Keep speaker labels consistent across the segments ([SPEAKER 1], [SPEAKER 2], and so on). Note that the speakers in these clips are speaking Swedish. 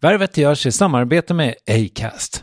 [SPEAKER 1] Värvet görs i samarbete med Acast.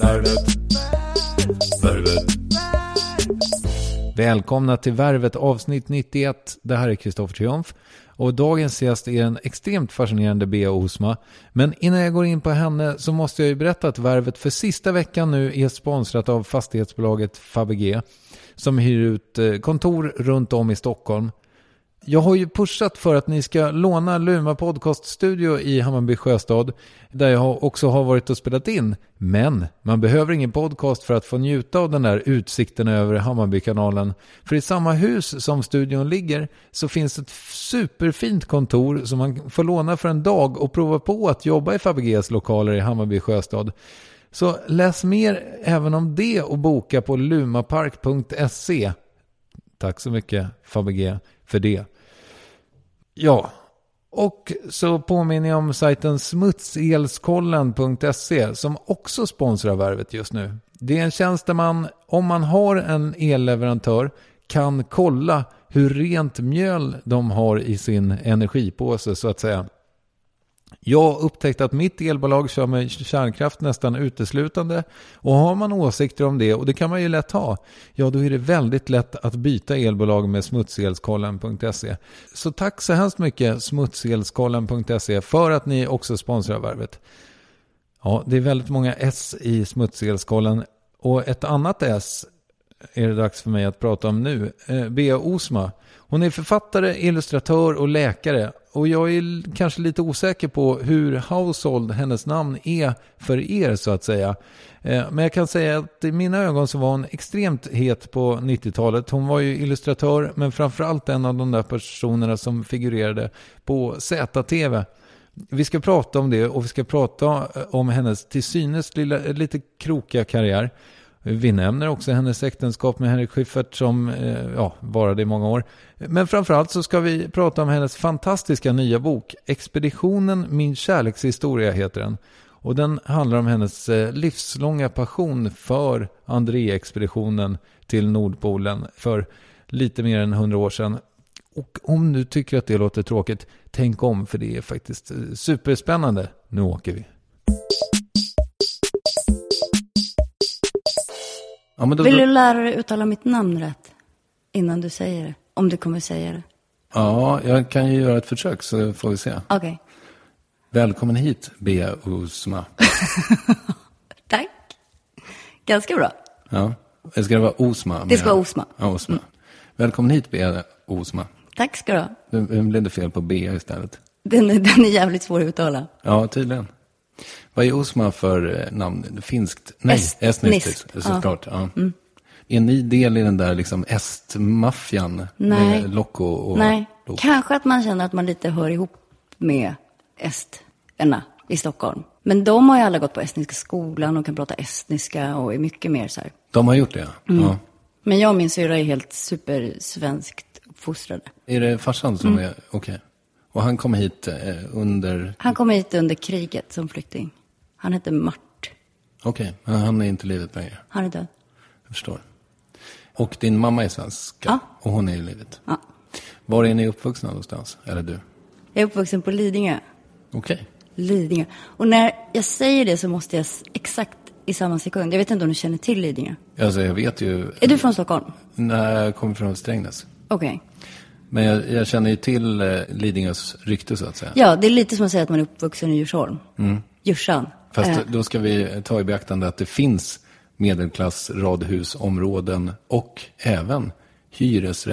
[SPEAKER 2] Värvet. Värvet.
[SPEAKER 1] Välkomna till Värvet avsnitt 91. Det här är Kristoffer Triumf. Och dagens gäst är den extremt fascinerande Bea Osma. Men innan jag går in på henne så måste jag ju berätta att Värvet för sista veckan nu är sponsrat av fastighetsbolaget Fabege. Som hyr ut eh, kontor runt om i Stockholm. Jag har ju pushat för att ni ska låna Luma podcaststudio i Hammarby Sjöstad där jag har- också har varit och spelat in. Men man behöver ingen podcast för att få njuta av den där utsikten över Hammarbykanalen. För i samma hus som studion ligger så finns ett superfint kontor som man får låna för en dag och prova på att jobba i Fabeges lokaler i Hammarby Sjöstad. Så läs mer även om det och boka på lumapark.se. Tack så mycket Fabege för det. Ja, och så påminner jag om sajten smutselskollen.se som också sponsrar Värvet just nu. Det är en tjänst där man, om man har en elleverantör, kan kolla hur rent mjöl de har i sin energipåse så att säga. Jag upptäckte att mitt elbolag kör med kärnkraft nästan uteslutande och har man åsikter om det, och det kan man ju lätt ha, ja då är det väldigt lätt att byta elbolag med smutselskollen.se. Så tack så hemskt mycket smutselskollen.se för att ni också sponsrar Värvet. Ja, det är väldigt många S i smutselskollen och ett annat S är det dags för mig att prata om nu. Eh, Bea Osma. Hon är författare, illustratör och läkare. Och jag är l- kanske lite osäker på hur household hennes namn är för er så att säga. Eh, Men jag kan säga att i mina ögon så var hon extremt het på 90-talet. Hon var ju illustratör men framförallt en av de där personerna som figurerade på ZTV. Vi ska prata om det och vi ska prata eh, om hennes till synes lilla, lite krokiga karriär. Vi nämner också hennes äktenskap med Henrik Schyffert som eh, ja, varade i många år. Men framförallt så ska vi prata om hennes fantastiska nya bok Expeditionen min kärlekshistoria heter den. Och den handlar om hennes eh, livslånga passion för André-expeditionen till Nordpolen för lite mer än 100 år sedan. Och om du tycker att det låter tråkigt, tänk om för det är faktiskt eh, superspännande. Nu åker vi.
[SPEAKER 3] Ja, men då,
[SPEAKER 1] Alltså,
[SPEAKER 4] Vill du lära dig uttala mitt namn rätt? Innan du säger det. Om du kommer säga det.
[SPEAKER 2] Ja, jag kan ju göra ett försök så får vi se.
[SPEAKER 4] Okej.
[SPEAKER 2] Välkommen hit, Bea Usma.
[SPEAKER 4] Tack. Ganska bra.
[SPEAKER 2] Ja. Eller Ska det vara Osma?
[SPEAKER 4] Det ska vara Mm. Osma.
[SPEAKER 2] Ja, Osma. Välkommen hit, Bea Osma.
[SPEAKER 4] Tack ska du ha.
[SPEAKER 2] Nu nu blev det fel på Bea istället.
[SPEAKER 4] Den, är- den är jävligt svår att uttala.
[SPEAKER 2] Ja, tydligen. Vad är Osma för eh, namn? Finskt? Nej,
[SPEAKER 4] Est-
[SPEAKER 2] estniskt.
[SPEAKER 4] niskt.
[SPEAKER 2] Såklart. Ja.
[SPEAKER 4] Mm.
[SPEAKER 2] Är ni del i den där liksom estmaffian?
[SPEAKER 4] Nej.
[SPEAKER 2] Med Loco och...
[SPEAKER 4] Nej.
[SPEAKER 2] Loco?
[SPEAKER 4] Kanske att man känner att man lite hör ihop med esterna i Stockholm. Men de har ju alla gått på estniska skolan och kan prata estniska och är mycket mer så här.
[SPEAKER 2] De har gjort det, ja.
[SPEAKER 4] Mm.
[SPEAKER 2] ja.
[SPEAKER 4] Men jag och min syrra är helt supersvenskt uppfostrade.
[SPEAKER 2] Är det farsan
[SPEAKER 4] Mm.
[SPEAKER 2] som är... Okej. Och han kom hit eh, under...
[SPEAKER 4] Han kom hit under kriget som flykting. Han hette Mart.
[SPEAKER 2] Okej, men han är inte i livet längre.
[SPEAKER 4] Han är död.
[SPEAKER 2] Jag förstår. Och din mamma är svenska?
[SPEAKER 4] Ja.
[SPEAKER 2] Och hon är i livet?
[SPEAKER 4] Ja.
[SPEAKER 2] Var är ni uppvuxna någonstans? Eller du?
[SPEAKER 4] Jag är uppvuxen på Lidingö.
[SPEAKER 2] Okej.
[SPEAKER 4] Lidingö. Och när jag säger det så måste jag s- exakt i samma sekund. Jag vet inte om du känner till Lidingö.
[SPEAKER 2] Alltså, jag vet ju...
[SPEAKER 4] Är du från Stockholm?
[SPEAKER 2] När jag kommer från Strängnäs.
[SPEAKER 4] Okej.
[SPEAKER 2] Men jag, jag känner ju till eh, Lidingös rykte så att säga.
[SPEAKER 4] Ja, det är lite som att säga att man är uppvuxen i Djursholm. Djursan.
[SPEAKER 2] Mm. Fast
[SPEAKER 4] Eh,
[SPEAKER 2] då ska vi ta i beaktande att det finns medelklass, radhus, områden och även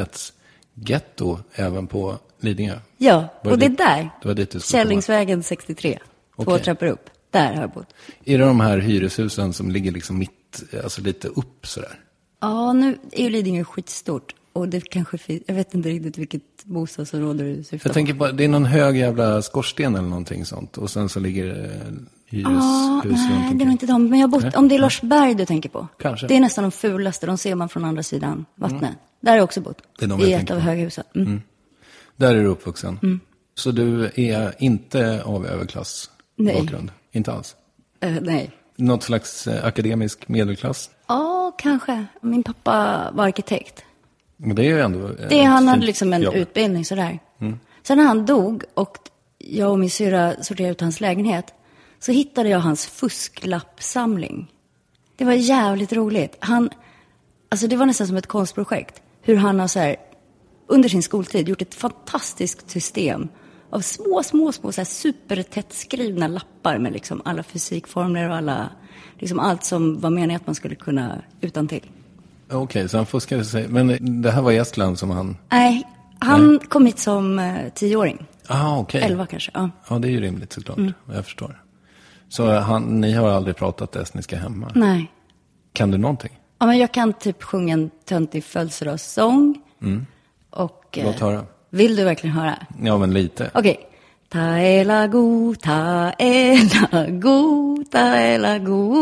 [SPEAKER 2] hyresrättsgetto även på Lidingö.
[SPEAKER 4] ja,
[SPEAKER 2] Var
[SPEAKER 4] och det är
[SPEAKER 2] dit-
[SPEAKER 4] där.
[SPEAKER 2] Det var dit du skulle komma.
[SPEAKER 4] Källingsvägen 63. Två
[SPEAKER 2] Okej.
[SPEAKER 4] trappor upp. Där har jag bott.
[SPEAKER 2] Är det de här hyreshusen som ligger liksom mitt, alltså lite upp sådär?
[SPEAKER 4] Ja, nu är ju Lidingö skitstort. Och det kanske finns, jag vet inte riktigt vilket bostadsområde du syftar
[SPEAKER 2] Jag
[SPEAKER 4] på.
[SPEAKER 2] tänker på, det är någon hög jävla skorsten eller någonting sånt. Och sen så ligger eh,
[SPEAKER 4] Ja,
[SPEAKER 2] hyreshus
[SPEAKER 4] Ah, nej,
[SPEAKER 2] runt
[SPEAKER 4] det är
[SPEAKER 2] omkring.
[SPEAKER 4] nog inte dem. Men jag har bott, om det är Larsberg du tänker på.
[SPEAKER 2] Kanske. Mm.
[SPEAKER 4] Det är nästan de fulaste, de ser man från andra sidan vattnet. Där har jag också bott.
[SPEAKER 2] Det är de
[SPEAKER 4] I
[SPEAKER 2] jag
[SPEAKER 4] ett
[SPEAKER 2] tänker
[SPEAKER 4] av
[SPEAKER 2] på.
[SPEAKER 4] höghusen. Mm.
[SPEAKER 2] Där är du uppvuxen. Så du är inte av överklass
[SPEAKER 4] Nej.
[SPEAKER 2] bakgrund? Inte alls? Mm.
[SPEAKER 4] Eh, nej.
[SPEAKER 2] Något slags eh, akademisk medelklass?
[SPEAKER 4] Ja, kanske. Min pappa var arkitekt.
[SPEAKER 2] Men det är ju ändå... eh,
[SPEAKER 4] Det,
[SPEAKER 2] ett
[SPEAKER 4] han hade
[SPEAKER 2] fint
[SPEAKER 4] liksom en
[SPEAKER 2] jobb.
[SPEAKER 4] utbildning sådär. Sen när han dog och jag och min syra sorterade ut hans lägenhet så hittade jag hans fusklappsamling. Det var jävligt roligt. Han, alltså det var nästan som ett konstprojekt. Hur han har så här, under sin skoltid gjort ett fantastiskt system av små, små, små så här supertätt skrivna lappar med liksom alla fysikformler och alla, liksom allt som var meningen att man skulle kunna utan till.
[SPEAKER 2] Okej, så han fuskade sig. Men det här var i Estland som han...
[SPEAKER 4] Nej, han kom hit som eh, tioåring.
[SPEAKER 2] Ah, okej.
[SPEAKER 4] Elva Mm. kanske, ja.
[SPEAKER 2] Ja, det är ju rimligt såklart. Jag förstår. Så han, ni har aldrig pratat estniska hemma?
[SPEAKER 4] Nej.
[SPEAKER 2] Kan du någonting?
[SPEAKER 4] Ja, men jag kan typ sjunga en töntig födelsedagssång. Och... eh,
[SPEAKER 2] Mm. Låt höra.
[SPEAKER 4] Vill du verkligen höra?
[SPEAKER 2] Ja, men lite.
[SPEAKER 4] Okej. Ta ela go, ta ela go, ta ela go,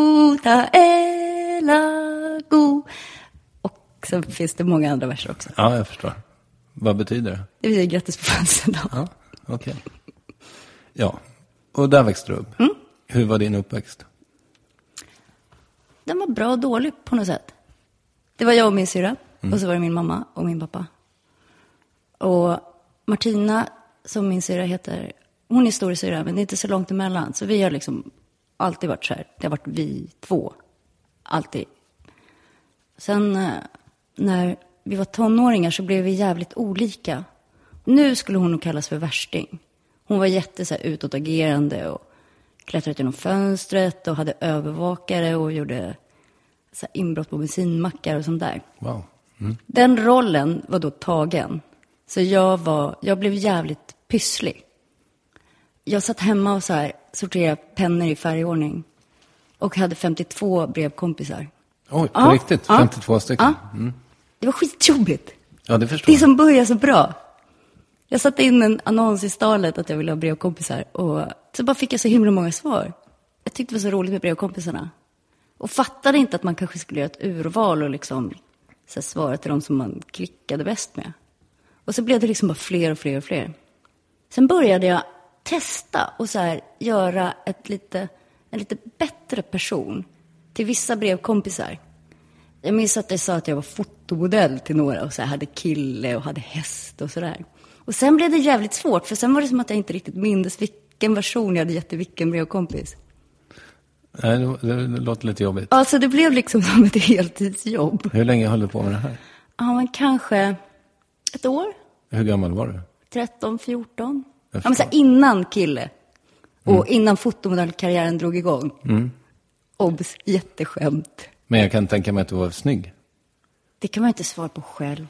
[SPEAKER 4] ta ela go. Och sen finns det många andra verser också.
[SPEAKER 2] Ja, jag förstår. Vad betyder det?
[SPEAKER 4] Det betyder grattis på födelsedagen.
[SPEAKER 2] Ja, okej. Ja, och där växte du upp.
[SPEAKER 4] Mm.
[SPEAKER 2] Hur var din uppväxt?
[SPEAKER 4] Den var bra och dålig på något sätt. Det var jag och min syrra. Och så var det min mamma och min pappa. Och Martina, som min syrra heter, hon är storasyrra, men det är inte så långt emellan. Så vi har liksom alltid varit så här. Det har varit vi två. Alltid. Sen eh, när vi var tonåringar så blev vi jävligt olika. Nu skulle hon nog kallas för värsting. Hon var jätte så här, utåtagerande och klättrade ut genom fönstret och hade övervakare och gjorde så här, inbrott på bensinmackar och sånt där.
[SPEAKER 2] Wow.
[SPEAKER 4] Den rollen var då tagen. Så jag, var, jag blev jävligt pysslig. Jag satt hemma och så här, sorterade pennor i färgordning. Och hade 52 brevkompisar.
[SPEAKER 2] Oj, på
[SPEAKER 4] Ja,
[SPEAKER 2] riktigt?
[SPEAKER 4] ja. Liksom-
[SPEAKER 2] 52 stycken?
[SPEAKER 4] Ja. Det var skitjobbigt.
[SPEAKER 2] Ja, det förstår
[SPEAKER 4] Det
[SPEAKER 2] jag.
[SPEAKER 4] som börjar så bra. Jag satte in en annons i stallet att jag ville ha brevkompisar och så bara fick jag så himla många svar. Jag tyckte det var så roligt med brevkompisarna. Och fattade inte att man kanske skulle göra ett urval och liksom så här, svara till de som man klickade bäst med. Och så blev det liksom bara fler och fler och fler. Sen började jag testa och så här, göra ett lite, en lite bättre person till vissa brevkompisar. Jag minns att jag sa att jag var fotomodell till några och så här, hade kille och hade häst och sådär. Och sen blev det jävligt svårt för sen var det som att jag inte riktigt mindes vilken version jag hade gett till vilken brevkompis.
[SPEAKER 2] Nej, det, det låter lite jobbigt.
[SPEAKER 4] Alltså det blev liksom som ett heltidsjobb.
[SPEAKER 2] Hur länge höll du på med det här?
[SPEAKER 4] Ja, men kanske ett år?
[SPEAKER 2] Hur gammal var du?
[SPEAKER 4] 13, 14? Ja,
[SPEAKER 2] Jag
[SPEAKER 4] men så här, innan kille. Och innan fotomodellkarriären drog igång. Obs, jätteskämt.
[SPEAKER 2] Men jag kan tänka mig att du var snygg.
[SPEAKER 4] Det kan man ju inte svara på själv.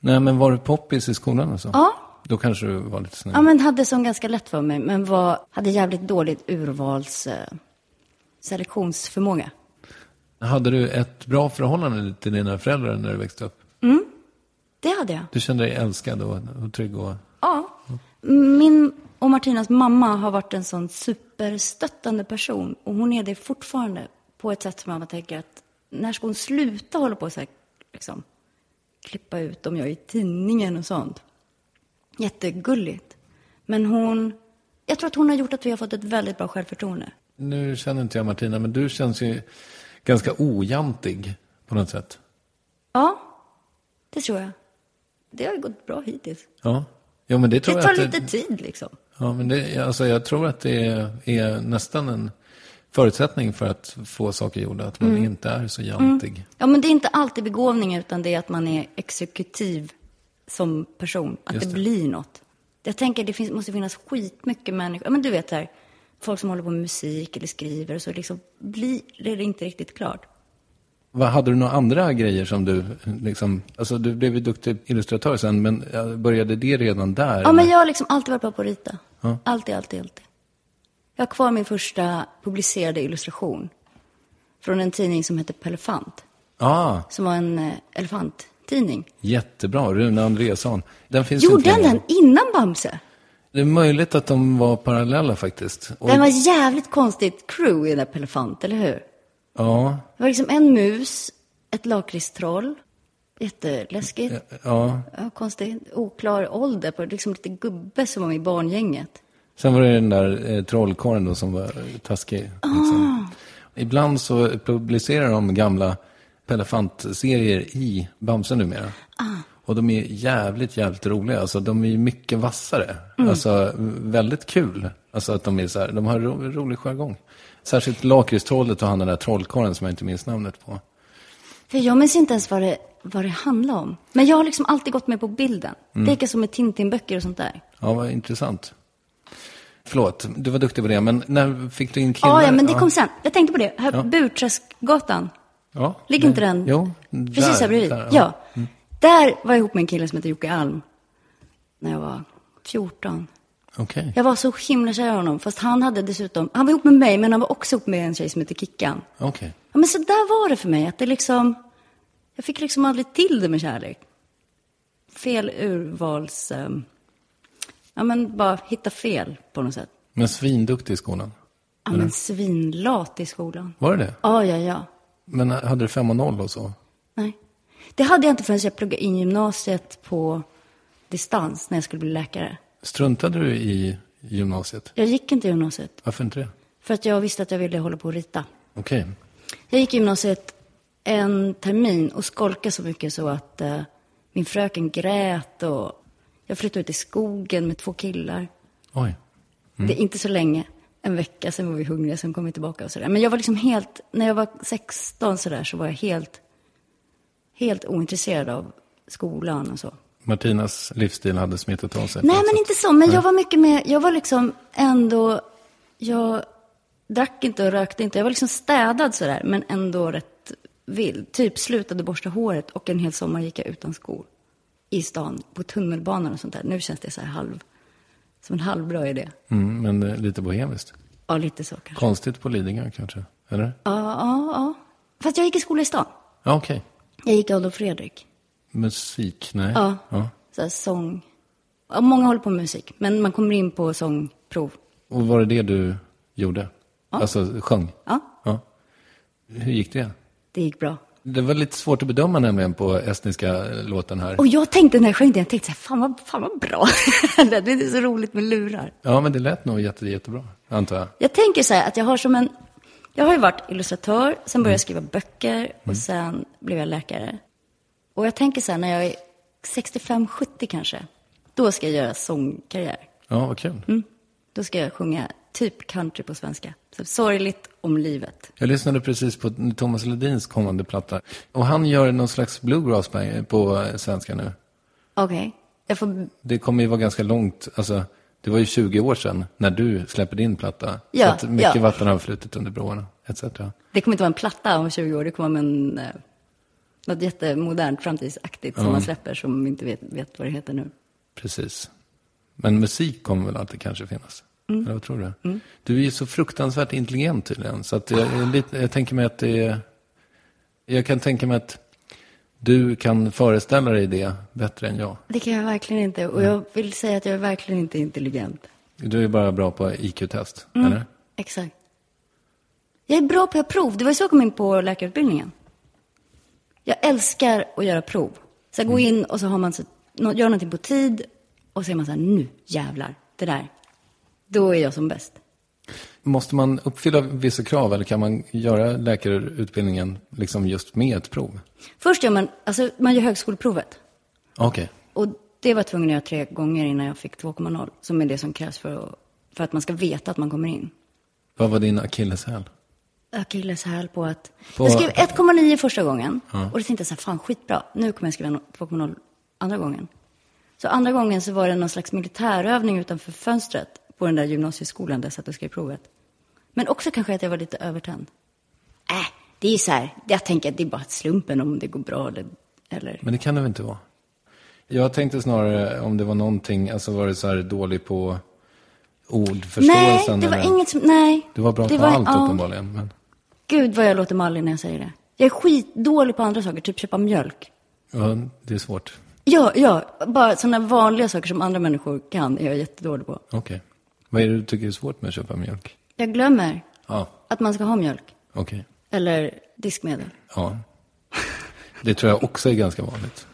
[SPEAKER 2] Nej, men var du poppis i skolan och så?
[SPEAKER 4] Ja.
[SPEAKER 2] Då kanske du var lite snygg.
[SPEAKER 4] Ja, men hade som ganska lätt för mig, men var, hade jävligt dåligt urvals eh, selektionsförmåga.
[SPEAKER 2] Hade du ett bra förhållande till dina föräldrar när du växte upp?
[SPEAKER 4] Det hade jag.
[SPEAKER 2] Du kände dig älskad och, och trygg och...
[SPEAKER 4] Ja. Min och Martinas mamma har varit en sån superstöttande person och hon är det fortfarande på ett sätt som man bara tänker att när ska hon sluta hålla på så här, liksom, klippa ut om jag är i tidningen och sånt. Jättegulligt. Men hon, jag tror att hon har gjort att vi har fått ett väldigt bra självförtroende.
[SPEAKER 2] Nu känner inte jag Martina, men du känns ju ganska ojantig på något sätt.
[SPEAKER 4] Ja, det tror jag. Det har ju gått bra hittills.
[SPEAKER 2] Ja, ja men det tror
[SPEAKER 4] Det
[SPEAKER 2] jag
[SPEAKER 4] tar
[SPEAKER 2] att
[SPEAKER 4] lite tid liksom.
[SPEAKER 2] Ja, men det, alltså jag tror att det är, är nästan en förutsättning för att få saker gjorda, att man
[SPEAKER 4] Mm.
[SPEAKER 2] inte är så jantig.
[SPEAKER 4] Ja, men det är inte alltid begåvning utan det är att man är exekutiv som person. Att
[SPEAKER 2] Just
[SPEAKER 4] det.
[SPEAKER 2] det.
[SPEAKER 4] blir något. Jag tänker det finns, måste finnas skitmycket människor. Ja, men du vet så här, folk som håller på med musik eller skriver och så liksom blir det inte riktigt klart.
[SPEAKER 2] Vad hade du några andra grejer som du, liksom, alltså du blev ju duktig illustratör sen, men eh, började det redan där?
[SPEAKER 4] Ja, men jag har liksom alltid varit bra på att rita.
[SPEAKER 2] Ja.
[SPEAKER 4] Alltid, alltid, alltid. Jag har kvar min första publicerade illustration från en tidning som hette Pelefant,
[SPEAKER 2] Ah,
[SPEAKER 4] som var en eh, elefanttidning.
[SPEAKER 2] jättebra, Rune Andreasson. Den finns
[SPEAKER 4] Gjorde
[SPEAKER 2] inte
[SPEAKER 4] den
[SPEAKER 2] längre.
[SPEAKER 4] den innan Bamse?
[SPEAKER 2] Det är möjligt att de var parallella faktiskt. Och,
[SPEAKER 4] Den var ett jävligt konstigt crew i den där Pelefant, eller hur?
[SPEAKER 2] Ja,
[SPEAKER 4] Det var liksom en mus, ett lakritstroll, jätteläskigt,
[SPEAKER 2] ja.
[SPEAKER 4] ja, konstigt, oklar ålder på, liksom lite gubbe som var med i barngänget.
[SPEAKER 2] Sen var det den där eh, trollkarlen då som var eh, taskig.
[SPEAKER 4] Ah.
[SPEAKER 2] Liksom. Ibland så publicerar de gamla Pelefant-serier i Bamse numera.
[SPEAKER 4] Ah.
[SPEAKER 2] Och de är jävligt, jävligt roliga. Alltså, de är ju mycket vassare.
[SPEAKER 4] Mm.
[SPEAKER 2] Alltså, väldigt kul. Alltså att de är så här, de har ro, rolig jargong. Särskilt lakritstrollet och han den där trollkarlen som jag inte minns namnet på.
[SPEAKER 4] För jag minns inte ens vad det, vad det handlade om. Men jag har liksom alltid gått med på bilden.
[SPEAKER 2] Mm.
[SPEAKER 4] Det gick jag som med Tintin-böcker och sånt där.
[SPEAKER 2] Ja, vad intressant. Förlåt, du var duktig på det, men när fick du in killar?
[SPEAKER 4] Ja, ja, men det kom sen. Jag tänkte på det, här Burträskgatan.
[SPEAKER 2] Ja,
[SPEAKER 4] Ligger inte den?
[SPEAKER 2] Jo,
[SPEAKER 4] Precis här bredvid.
[SPEAKER 2] där,
[SPEAKER 4] ja. Mm. Där var jag ihop med en kille som heter Jocke Alm. När jag var 14.
[SPEAKER 2] Okej.
[SPEAKER 4] Jag var så himla kär i honom. Fast han hade dessutom, han var ihop med mig, men han var också ihop med en tjej som heter Kickan.
[SPEAKER 2] Okej.
[SPEAKER 4] Ja, men så där var det för mig. Att det liksom, jag fick liksom aldrig till det med kärlek. Fel urvals... ehm, ja, men bara hitta fel på något sätt.
[SPEAKER 2] Men svinduktig i skolan.
[SPEAKER 4] Ja, men svinlat i skolan.
[SPEAKER 2] Var det det?
[SPEAKER 4] Ja, ja, ja.
[SPEAKER 2] Men hade du 5 och 0 och så?
[SPEAKER 4] Nej. Det hade jag inte förrän jag pluggade in gymnasiet på distans när jag skulle bli läkare.
[SPEAKER 2] Struntade du i gymnasiet?
[SPEAKER 4] Jag gick inte gymnasiet
[SPEAKER 2] Varför inte det?
[SPEAKER 4] för att jag visste att jag ville hålla på och rita.
[SPEAKER 2] Okej.
[SPEAKER 4] Jag gick gymnasiet en termin och skolkade så mycket så att eh, min fröken grät och jag flyttade ut i skogen med två killar.
[SPEAKER 2] Oj.
[SPEAKER 4] Det är inte så länge, en vecka, sen var vi hungriga, sen kom vi tillbaka och sådär. Men jag var liksom helt, när jag var 16 sådär så var jag helt, helt ointresserad av skolan och så.
[SPEAKER 2] Martinas livsstil hade smittat av sig.
[SPEAKER 4] Nej, men inte så. Men jag var mycket mer, jag var liksom ändå, jag drack inte och rökte inte. Jag var liksom städad sådär, men ändå rätt vild. Typ slutade borsta håret och en hel sommar gick jag utan skor. I stan, på tunnelbanan och sånt där. Nu känns det så här halv, som en halvbra idé.
[SPEAKER 2] Mm, men eh, lite bohemiskt.
[SPEAKER 4] Ja, lite så kanske.
[SPEAKER 2] Konstigt på Lidingö kanske? Eller?
[SPEAKER 4] Ja, ja, ja. Fast jag gick i skola i stan.
[SPEAKER 2] Ja, okej.
[SPEAKER 4] Jag gick i Adolf Fredrik.
[SPEAKER 2] Musik? Nej.
[SPEAKER 4] Ja.
[SPEAKER 2] ja.
[SPEAKER 4] Så här sång, Ja, Många håller på med musik, men man kommer in på sångprov.
[SPEAKER 2] Och var det det du gjorde? Alltså sjöng?
[SPEAKER 4] Ja,
[SPEAKER 2] Ja. Hur gick det?
[SPEAKER 4] det gick bra.
[SPEAKER 2] Det var lite svårt att bedöma nämligen på estniska låten här.
[SPEAKER 4] Och jag tänkte när jag sjöng det, jag tänkte så här, fan vad, fan vad bra. det är så roligt med lurar.
[SPEAKER 2] Ja, men det lät nog jätte, jättebra, antar jag.
[SPEAKER 4] Jag tänker så här att jag har som en... Jag har ju varit illustratör, sen började jag skriva böcker och sen blev jag läkare. Och jag tänker så här när jag är 65-70 kanske, då ska jag göra sångkarriär.
[SPEAKER 2] Ja, vad kul.
[SPEAKER 4] Mm. Då ska jag sjunga typ country på svenska. Så sorgligt om livet.
[SPEAKER 2] Jag lyssnade precis på Thomas Ledins kommande platta. Och han gör någon slags bluegrass på- på svenska nu.
[SPEAKER 4] Okej, jag får...
[SPEAKER 2] Det kommer ju vara ganska långt, alltså det var ju 20 år sedan när du släppte din platta.
[SPEAKER 4] Ja,
[SPEAKER 2] så att mycket
[SPEAKER 4] ja.
[SPEAKER 2] vatten har flutit under broarna, etc.
[SPEAKER 4] Det kommer inte vara en platta om 20 år, det kommer vara en, eh, något jättemodernt, framtidsaktigt som man släpper som vi inte vet, vet vad det heter nu.
[SPEAKER 2] Precis. Men musik kommer väl alltid kanske finnas?
[SPEAKER 4] Mm.
[SPEAKER 2] Eller vad tror du? Du är ju så fruktansvärt intelligent tydligen. Så att jag, är lite, jag tänker mig att det är... Jag kan tänka mig att du kan föreställa dig det bättre än jag.
[SPEAKER 4] Det kan jag verkligen inte och jag vill säga att jag är verkligen inte intelligent.
[SPEAKER 2] Du är bara bra på IQ-test,
[SPEAKER 4] Mm.
[SPEAKER 2] eller?
[SPEAKER 4] Exakt. Jag är bra på att göra prov. Det var ju så jag kom in på läkarutbildningen. Jag älskar att göra prov. Så jag går in och så har man så, nå- gör någonting på tid och så är man så här, nu jävlar, det där. Då är jag som bäst.
[SPEAKER 2] Måste man uppfylla vissa krav eller kan man göra läkarutbildningen liksom just med ett prov?
[SPEAKER 4] Först gör man, alltså man gör högskoleprovet.
[SPEAKER 2] Okej.
[SPEAKER 4] Och det var jag tvungen att göra tre gånger innan jag fick 2,0. Som är det som krävs för att, för att man ska veta att man kommer in.
[SPEAKER 2] Vad var din akilleshäl?
[SPEAKER 4] akilleshäl på att...
[SPEAKER 2] På-
[SPEAKER 4] Jag skrev 1,9 första gången.
[SPEAKER 2] Ja.
[SPEAKER 4] Och då tänkte jag så här, fan skitbra. Nu kommer jag skriva no- 2,0 andra gången. Så andra gången så var det någon slags militärövning utanför fönstret på den där gymnasieskolan där jag satt och skrev provet. Men också kanske att jag var lite övertänd. Äh, det är ju så här, jag tänker att det är bara slumpen om det går bra eller... eller.
[SPEAKER 2] Men det kan det väl inte vara? Jag tänkte snarare om det var någonting, alltså var det så här dålig på
[SPEAKER 4] Nej,
[SPEAKER 2] ordförståelsen?
[SPEAKER 4] det var
[SPEAKER 2] eller?
[SPEAKER 4] inget som... Nej.
[SPEAKER 2] Du var bra
[SPEAKER 4] Det
[SPEAKER 2] på allt
[SPEAKER 4] ja.
[SPEAKER 2] uppenbarligen. Men,
[SPEAKER 4] Gud vad jag låter mallig när jag säger det. Jag är skitdålig på andra saker, typ köpa mjölk.
[SPEAKER 2] ja, det är svårt.
[SPEAKER 4] Ja, ja. Bara sådana vanliga saker som andra människor kan är jag jättedålig på.
[SPEAKER 2] Okej. Vad är det du tycker är svårt med att köpa mjölk?
[SPEAKER 4] Jag glömmer
[SPEAKER 2] Ja,
[SPEAKER 4] att man ska ha mjölk.
[SPEAKER 2] okej.
[SPEAKER 4] Eller diskmedel.
[SPEAKER 2] Ja. Det tror jag också är ganska vanligt.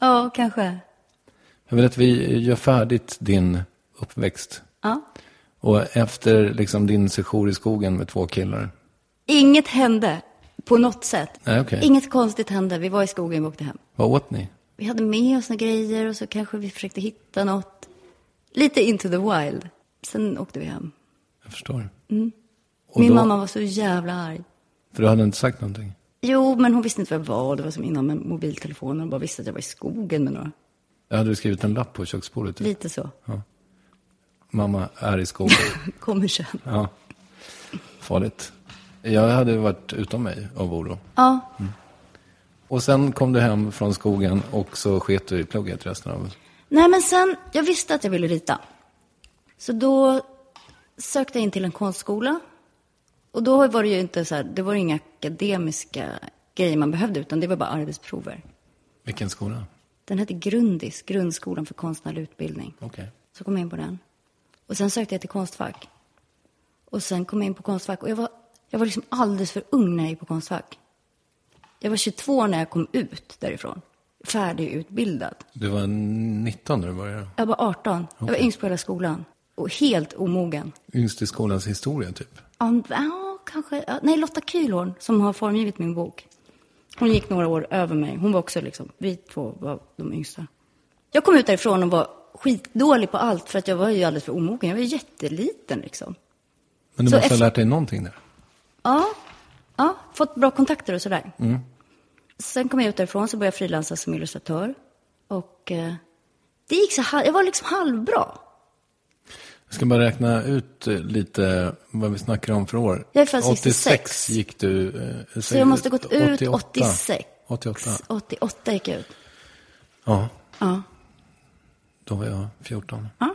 [SPEAKER 4] Ja, kanske.
[SPEAKER 2] Jag vill att vi gör färdigt din uppväxt.
[SPEAKER 4] Ja.
[SPEAKER 2] Och efter liksom din sejour i skogen med två killar.
[SPEAKER 4] Inget hände på något sätt.
[SPEAKER 2] Nej, okej.
[SPEAKER 4] Inget konstigt hände. Vi var i skogen och åkte hem.
[SPEAKER 2] Vad åt ni?
[SPEAKER 4] Vi hade med oss några grejer och så kanske vi försökte hitta något. Lite into the wild. Sen åkte vi hem.
[SPEAKER 2] Jag förstår. Och
[SPEAKER 4] Min
[SPEAKER 2] då-
[SPEAKER 4] mamma var så jävla arg.
[SPEAKER 2] För du hade inte sagt någonting?
[SPEAKER 4] Jo, men hon visste inte vad jag var. Det var som innan med mobiltelefonen. Hon bara visste att jag var i skogen med några.
[SPEAKER 2] Jag hade du skrivit en lapp på köksbordet. Typ.
[SPEAKER 4] Lite så.
[SPEAKER 2] Mamma är i skogen.
[SPEAKER 4] Kommer sen.
[SPEAKER 2] ja. Farligt. Jag hade varit utom mig av oro.
[SPEAKER 4] Ja,
[SPEAKER 2] Och sen kom du hem från skogen och så sket du i plugget resten av...
[SPEAKER 4] Nej, men sen, jag visste att jag ville rita. Så då sökte jag in till en konstskola. Och då var det ju inte så här, det var inga akademiska grejer man behövde, utan det var bara arbetsprover.
[SPEAKER 2] Vilken skola?
[SPEAKER 4] Den hette Grundis, Grundskolan för konstnärlig utbildning.
[SPEAKER 2] Okej.
[SPEAKER 4] Så kom jag in på den. Och sen sökte jag till Konstfack. Och sen kom jag in på Konstfack. Och jag var, jag var liksom alldeles för ung när jag gick på Konstfack. Jag var 22 när jag kom ut därifrån. Färdigutbildad.
[SPEAKER 2] Du var 19 när du började.
[SPEAKER 4] Jag var 18. Jag var yngst på hela skolan. Och helt omogen.
[SPEAKER 2] Yngst i skolans historia typ.
[SPEAKER 4] Ja, men- ja, kanske. Ja, nej, Lotta Kühlhorn som har formgivit min bok. Hon gick några år över mig. Hon var också liksom, vi två var de yngsta. Jag kom ut därifrån och var skitdålig på allt för att jag var ju alldeles för omogen. Jag var jätteliten liksom.
[SPEAKER 2] Men du
[SPEAKER 4] Så
[SPEAKER 2] måste
[SPEAKER 4] efter-
[SPEAKER 2] ha lärt dig någonting där.
[SPEAKER 4] Ja, ja, fått bra kontakter och sådär.
[SPEAKER 2] Mm.
[SPEAKER 4] Sen kom jag ut därifrån så började jag frilansa som illustratör. Och eh, det gick så här, jag var liksom halvbra.
[SPEAKER 2] Jag ska bara räkna ut eh, lite vad vi snackar om för år.
[SPEAKER 4] Jag är född
[SPEAKER 2] 86
[SPEAKER 4] 66.
[SPEAKER 2] gick du... eh,
[SPEAKER 4] Så jag måste ha gått ut
[SPEAKER 2] 88.
[SPEAKER 4] 86.
[SPEAKER 2] 88.
[SPEAKER 4] 88 gick jag ut.
[SPEAKER 2] Ja,
[SPEAKER 4] Ja.
[SPEAKER 2] då var jag 14.
[SPEAKER 4] ja.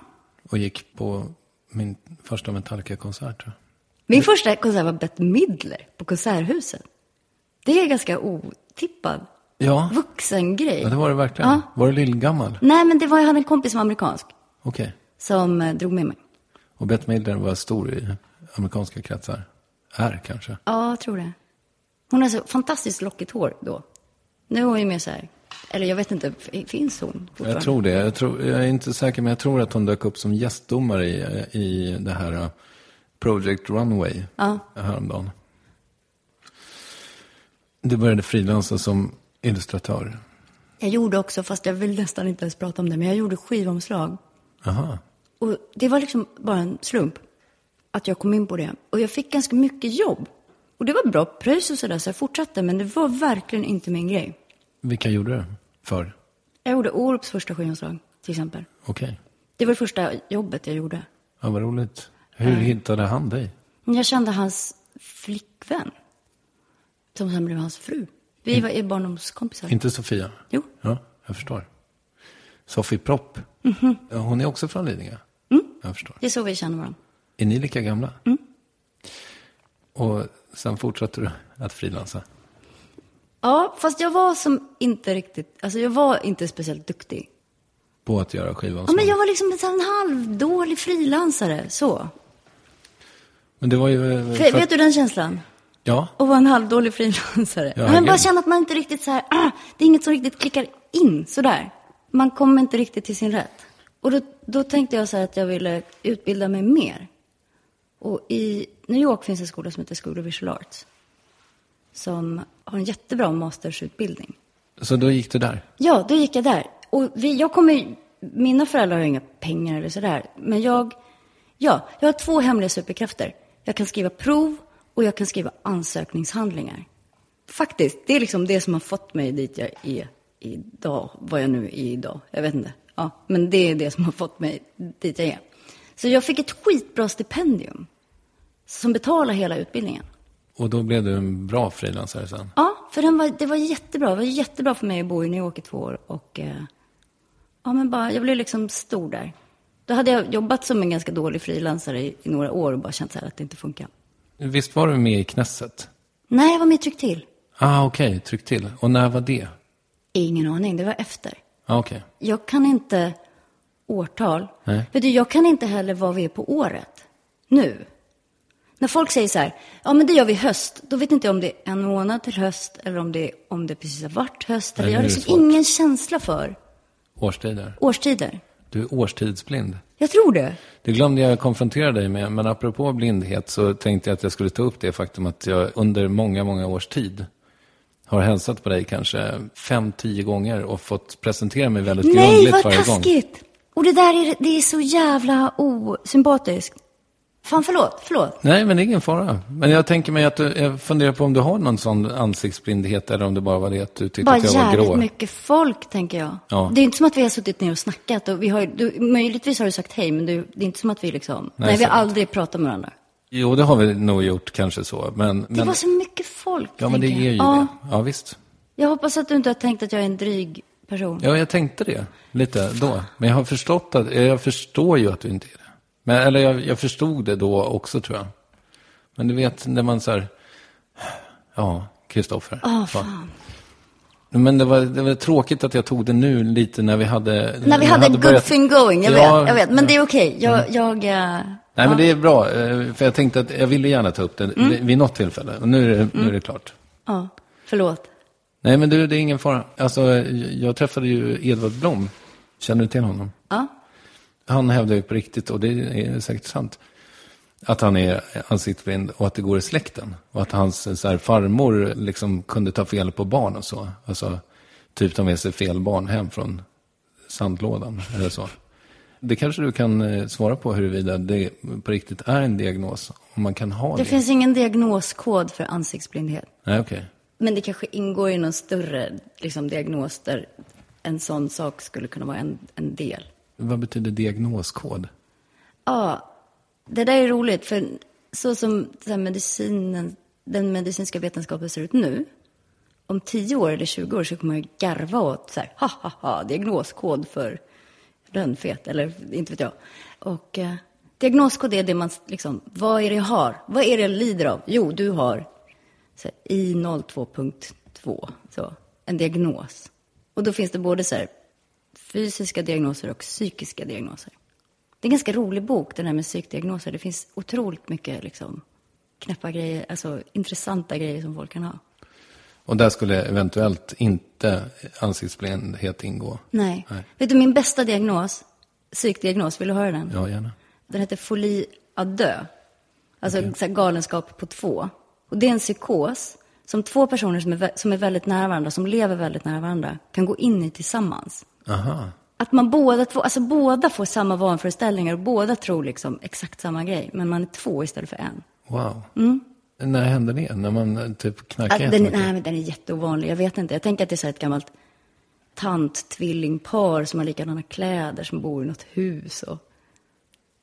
[SPEAKER 2] Och gick på min första Metallica-konsert tror jag.
[SPEAKER 4] Min första konsert var Bette Midler på Konserthuset. Det är ganska otippad
[SPEAKER 2] Ja,
[SPEAKER 4] Vuxengrej.
[SPEAKER 2] ja det var det verkligen.
[SPEAKER 4] Ja.
[SPEAKER 2] Var du lillgammal?
[SPEAKER 4] Nej, men det var, jag hade en kompis som var amerikansk
[SPEAKER 2] Okej.
[SPEAKER 4] som eh, drog med mig.
[SPEAKER 2] Och Bette Midler var stor i amerikanska kretsar. Är kanske.
[SPEAKER 4] Ja, jag tror det. Hon har så fantastiskt lockigt hår då. Nu är hon ju mer så här, eller jag vet inte, f- finns hon fortfarande?
[SPEAKER 2] Jag tror det. Jag, tror, jag är inte säker, men jag tror att hon dök upp som gästdomare i, i det här eh, Project Runway
[SPEAKER 4] Ja.
[SPEAKER 2] häromdagen. Du började frilansa som illustratör.
[SPEAKER 4] Jag gjorde också, fast jag vill nästan inte ens prata om det, men jag gjorde skivomslag.
[SPEAKER 2] Aha.
[SPEAKER 4] Och det var liksom bara en slump att jag kom in på det. Och jag fick ganska mycket jobb. Och det var bra pröjs och sådär, så jag fortsatte. Men det var verkligen inte min grej.
[SPEAKER 2] Vilka gjorde du för?
[SPEAKER 4] Jag gjorde Orups första skivomslag, till exempel.
[SPEAKER 2] Okej.
[SPEAKER 4] Det var det första jobbet jag gjorde.
[SPEAKER 2] Ja, vad roligt. Hur
[SPEAKER 4] Eh.
[SPEAKER 2] hittade han dig?
[SPEAKER 4] Men Jag kände hans flickvän, som sen blev hans fru. Vi var mm. barndomskompisar.
[SPEAKER 2] Inte Sofia?
[SPEAKER 4] Jo.
[SPEAKER 2] Ja, jag förstår. Sofie Propp.
[SPEAKER 4] Mhm.
[SPEAKER 2] Ja, Hon är också från Lidingö?
[SPEAKER 4] Mm.
[SPEAKER 2] Jag förstår.
[SPEAKER 4] Det är så vi känner varandra.
[SPEAKER 2] Är ni lika gamla?
[SPEAKER 4] Mm.
[SPEAKER 2] Och sen fortsatte du att frilansa?
[SPEAKER 4] Ja, fast jag var som inte riktigt, alltså jag var inte speciellt duktig.
[SPEAKER 2] På att göra
[SPEAKER 4] Ja,
[SPEAKER 2] skivomslag?
[SPEAKER 4] men jag var liksom en sån halvdålig frilansare, så.
[SPEAKER 2] Men det var ju... eh,
[SPEAKER 4] För,
[SPEAKER 2] för-
[SPEAKER 4] Vet du den känslan?
[SPEAKER 2] Ja,
[SPEAKER 4] Och vara en halvdålig frilansare.
[SPEAKER 2] Ja,
[SPEAKER 4] Ja, men bara
[SPEAKER 2] herregud.
[SPEAKER 4] känna att man inte riktigt så här, ah, det är inget som riktigt klickar in sådär. Man kommer inte riktigt till sin rätt. Och då, då tänkte jag så här att jag ville utbilda mig mer. Och i New York finns en skola som heter School of Visual Arts. Som har en jättebra mastersutbildning.
[SPEAKER 2] så då gick du där?
[SPEAKER 4] Ja, då gick jag där. Och vi, jag kommer, ju- mina föräldrar har inga pengar eller sådär. Men jag, ja, jag har två hemliga superkrafter. Jag kan skriva prov och jag kan skriva ansökningshandlingar. Faktiskt, det är liksom det som har fått mig dit jag är idag. Vad jag nu är idag, jag vet inte. Ja, men det är det som har fått mig dit jag är. Så jag fick ett skitbra stipendium. Som betalar hela utbildningen.
[SPEAKER 2] Och då blev du en bra frilansare sen?
[SPEAKER 4] Ja, för den var, det var jättebra. Det var jättebra för mig att bo i New York i två år. Och, eh, ja, men bara, jag blev liksom stor där. Då hade jag jobbat som en ganska dålig frilansare i, i några år och bara känt så här att det inte funkar.
[SPEAKER 2] Visst var du med i Knesset?
[SPEAKER 4] Nej, jag var med i Tryck till.
[SPEAKER 2] Ah, okej, tryck till. Och när var det?
[SPEAKER 4] Ingen aning, det var efter.
[SPEAKER 2] Ah, okej.
[SPEAKER 4] Jag kan inte årtal.
[SPEAKER 2] Nej.
[SPEAKER 4] Vet du, jag kan inte heller vad vi är på året nu. När folk säger så här, ja men det gör vi i höst, då vet inte jag om det är en månad till höst eller om det, om det precis har varit höst. Eller
[SPEAKER 2] Nej,
[SPEAKER 4] jag har
[SPEAKER 2] det är
[SPEAKER 4] liksom
[SPEAKER 2] svårt.
[SPEAKER 4] ingen känsla för
[SPEAKER 2] Årstider.
[SPEAKER 4] årstider.
[SPEAKER 2] Du är årstidsblind.
[SPEAKER 4] Jag tror det.
[SPEAKER 2] Det glömde jag konfrontera dig med, men apropå blindhet så tänkte jag att jag skulle ta upp det faktum att jag under många, många års tid har hälsat på dig kanske fem, tio gånger och fått presentera mig
[SPEAKER 4] Nej,
[SPEAKER 2] väldigt grundligt
[SPEAKER 4] vad
[SPEAKER 2] varje gång.
[SPEAKER 4] taskigt! Och det där är, det är så jävla osympatiskt. Fan, förlåt, förlåt.
[SPEAKER 2] Nej, men det är ingen fara. Men jag tänker mig att du, jag funderar på om du har någon sån ansiktsblindhet eller om det bara var det att du tyckte
[SPEAKER 4] Bara
[SPEAKER 2] att jag var
[SPEAKER 4] jävligt
[SPEAKER 2] grå.
[SPEAKER 4] mycket folk, tänker jag.
[SPEAKER 2] Ja.
[SPEAKER 4] Det är inte som att vi har suttit ner och snackat. Och vi har, ju- du, möjligtvis har du sagt hej, men du, det är inte som att vi liksom... Nej, vi har
[SPEAKER 2] säkert.
[SPEAKER 4] aldrig pratat med varandra.
[SPEAKER 2] Jo, det har vi nog gjort kanske så. Men,
[SPEAKER 4] Det
[SPEAKER 2] men,
[SPEAKER 4] var så mycket folk,
[SPEAKER 2] ja, men det
[SPEAKER 4] tänker
[SPEAKER 2] är
[SPEAKER 4] jag.
[SPEAKER 2] ju
[SPEAKER 4] ja,
[SPEAKER 2] det. Ja, visst.
[SPEAKER 4] Jag hoppas att du inte har tänkt att jag är en dryg person.
[SPEAKER 2] Ja, jag tänkte det lite då. Men jag har förstått att, jag förstår ju att du inte är det. Men, eller jag, jag förstod det då också tror jag. Men du vet när man så här, ja, Kristoffer.
[SPEAKER 4] Ah,
[SPEAKER 2] Va?
[SPEAKER 4] fan.
[SPEAKER 2] Men det var, det var tråkigt att jag tog det nu lite när vi hade...
[SPEAKER 4] När vi hade, en good
[SPEAKER 2] börjat-
[SPEAKER 4] thing going, jag
[SPEAKER 2] Ja, Mm.
[SPEAKER 4] vet, jag vet. Men det är okej. Jag, jag, eh,
[SPEAKER 2] Nej, men det är bra. eh, För jag tänkte att jag ville gärna ta upp det
[SPEAKER 4] Mm.
[SPEAKER 2] vid- vid något tillfälle. Och nu är, det, nu är det klart.
[SPEAKER 4] ja, förlåt.
[SPEAKER 2] Nej, men du, det är ingen fara. Alltså, jag- jag träffade ju Edvard Blom. Känner du till honom?
[SPEAKER 4] Ja.
[SPEAKER 2] Han hävdar ju på riktigt, och det är säkert sant, att han är ansiktsblind och att det går i släkten. Och att hans eh, så här, farmor liksom kunde ta fel på barn och så. Alltså, typ ta med sig fel barn hem från sandlådan eller så. Det kanske du kan eh, svara på huruvida det på riktigt är en diagnos. Om man kan ha det.
[SPEAKER 4] Det finns ingen diagnoskod för ansiktsblindhet.
[SPEAKER 2] Nej, okej.
[SPEAKER 4] Men det kanske ingår i någon större liksom, diagnos där en sån sak skulle kunna vara en, en del.
[SPEAKER 2] Vad betyder diagnoskod?
[SPEAKER 4] Ja, det där är roligt. För så som så här, medicinen, den medicinska vetenskapen ser ut nu, om 10 år eller 20 år så kommer man ju garva åt så här, ha, ha, ha, diagnoskod för rönnfet, eller inte vet jag. Och eh, diagnoskod är det man, s- liksom, vad är det jag har? Vad är det jag lider av? Jo, du har så här, I02.2, så. en diagnos. Och då finns det både så här, fysiska diagnoser och psykiska diagnoser. Det är en ganska rolig bok, den här med psykdiagnoser. Det finns otroligt mycket liksom, knäppa grejer, alltså intressanta grejer som folk kan ha.
[SPEAKER 2] Och där skulle eventuellt inte ansiktsblindhet ingå.
[SPEAKER 4] Nej.
[SPEAKER 2] Nej.
[SPEAKER 4] Vet du, min bästa diagnos, psykdiagnos, vill du höra den?
[SPEAKER 2] Ja, gärna.
[SPEAKER 4] Den heter folie à deux. Alltså så här galenskap på två. Och det är en psykos som två personer som är, vä- som är väldigt nära varandra, som lever väldigt nära varandra, kan gå in i tillsammans.
[SPEAKER 2] Aha.
[SPEAKER 4] Att man båda, två, alltså båda får samma vanföreställningar och båda tror liksom exakt samma grej, men man är två istället för en.
[SPEAKER 2] Wow. När hände det? När man eh, typ
[SPEAKER 4] Att
[SPEAKER 2] knackar
[SPEAKER 4] Mm. Äh, den,
[SPEAKER 2] jättemycket?
[SPEAKER 4] nej, men den är jätteovanlig. Jag vet inte. Jag tänker att det är så här ett gammalt tant-tvillingpar som har likadana kläder som bor i något hus. Och...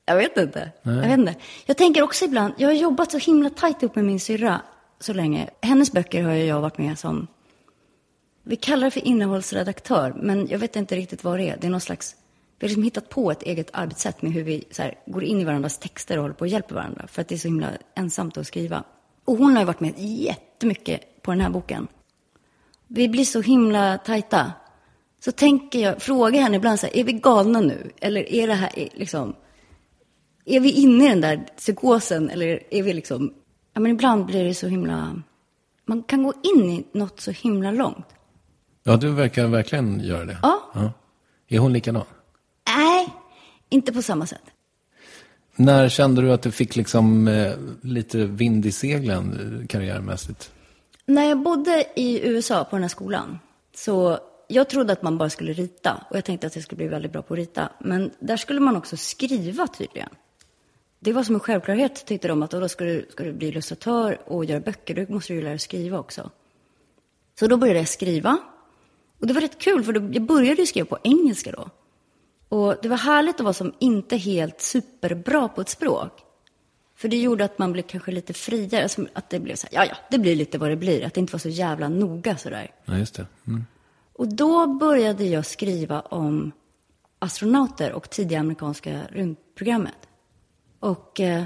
[SPEAKER 4] Jag vet inte. Jag vet inte. Jag tänker också ibland, jag har jobbat så himla tajt ihop med min syrra så länge. Hennes böcker har ju jag varit med som, vi kallar det för innehållsredaktör, men jag vet inte riktigt vad det är. Det är någon slags, vi har liksom hittat på ett eget arbetssätt med hur vi så här, går in i varandras texter och håller på och hjälper varandra. För att det är så himla ensamt att skriva. Och hon har ju varit med jättemycket på den här boken. Vi blir så himla tajta. Så tänker jag, frågar henne ibland så här, är vi galna nu? Eller är det här är liksom, är vi inne i den där psykosen? Eller är vi liksom, ja men ibland blir det så himla, man kan gå in i något så himla långt.
[SPEAKER 2] Ja, du verkar verkligen göra det.
[SPEAKER 4] Ja.
[SPEAKER 2] Är hon likadan?
[SPEAKER 4] Nej, inte på samma sätt.
[SPEAKER 2] När kände du att du fick liksom eh, lite vind i seglen eh, karriärmässigt?
[SPEAKER 4] När jag bodde i USA på den här skolan, så jag trodde att man bara skulle rita. Och jag tänkte att jag skulle bli väldigt bra på att rita. Men där skulle man också skriva tydligen. Det var som en självklarhet tyckte de att "Och då ska du, ska du bli illustratör och göra böcker, då måste du ju lära dig skriva också. Så då började jag skriva. Och det var rätt kul för då, jag började ju skriva på engelska då. Och det var härligt att vara som inte helt superbra på ett språk. För det gjorde att man blev kanske lite friare, alltså att det blev så här, ja ja, det blir lite vad det blir, att det inte var så jävla noga sådär.
[SPEAKER 2] Ja, just det. Mm.
[SPEAKER 4] Och då började jag skriva om astronauter och tidiga amerikanska rymdprogrammet. Och eh,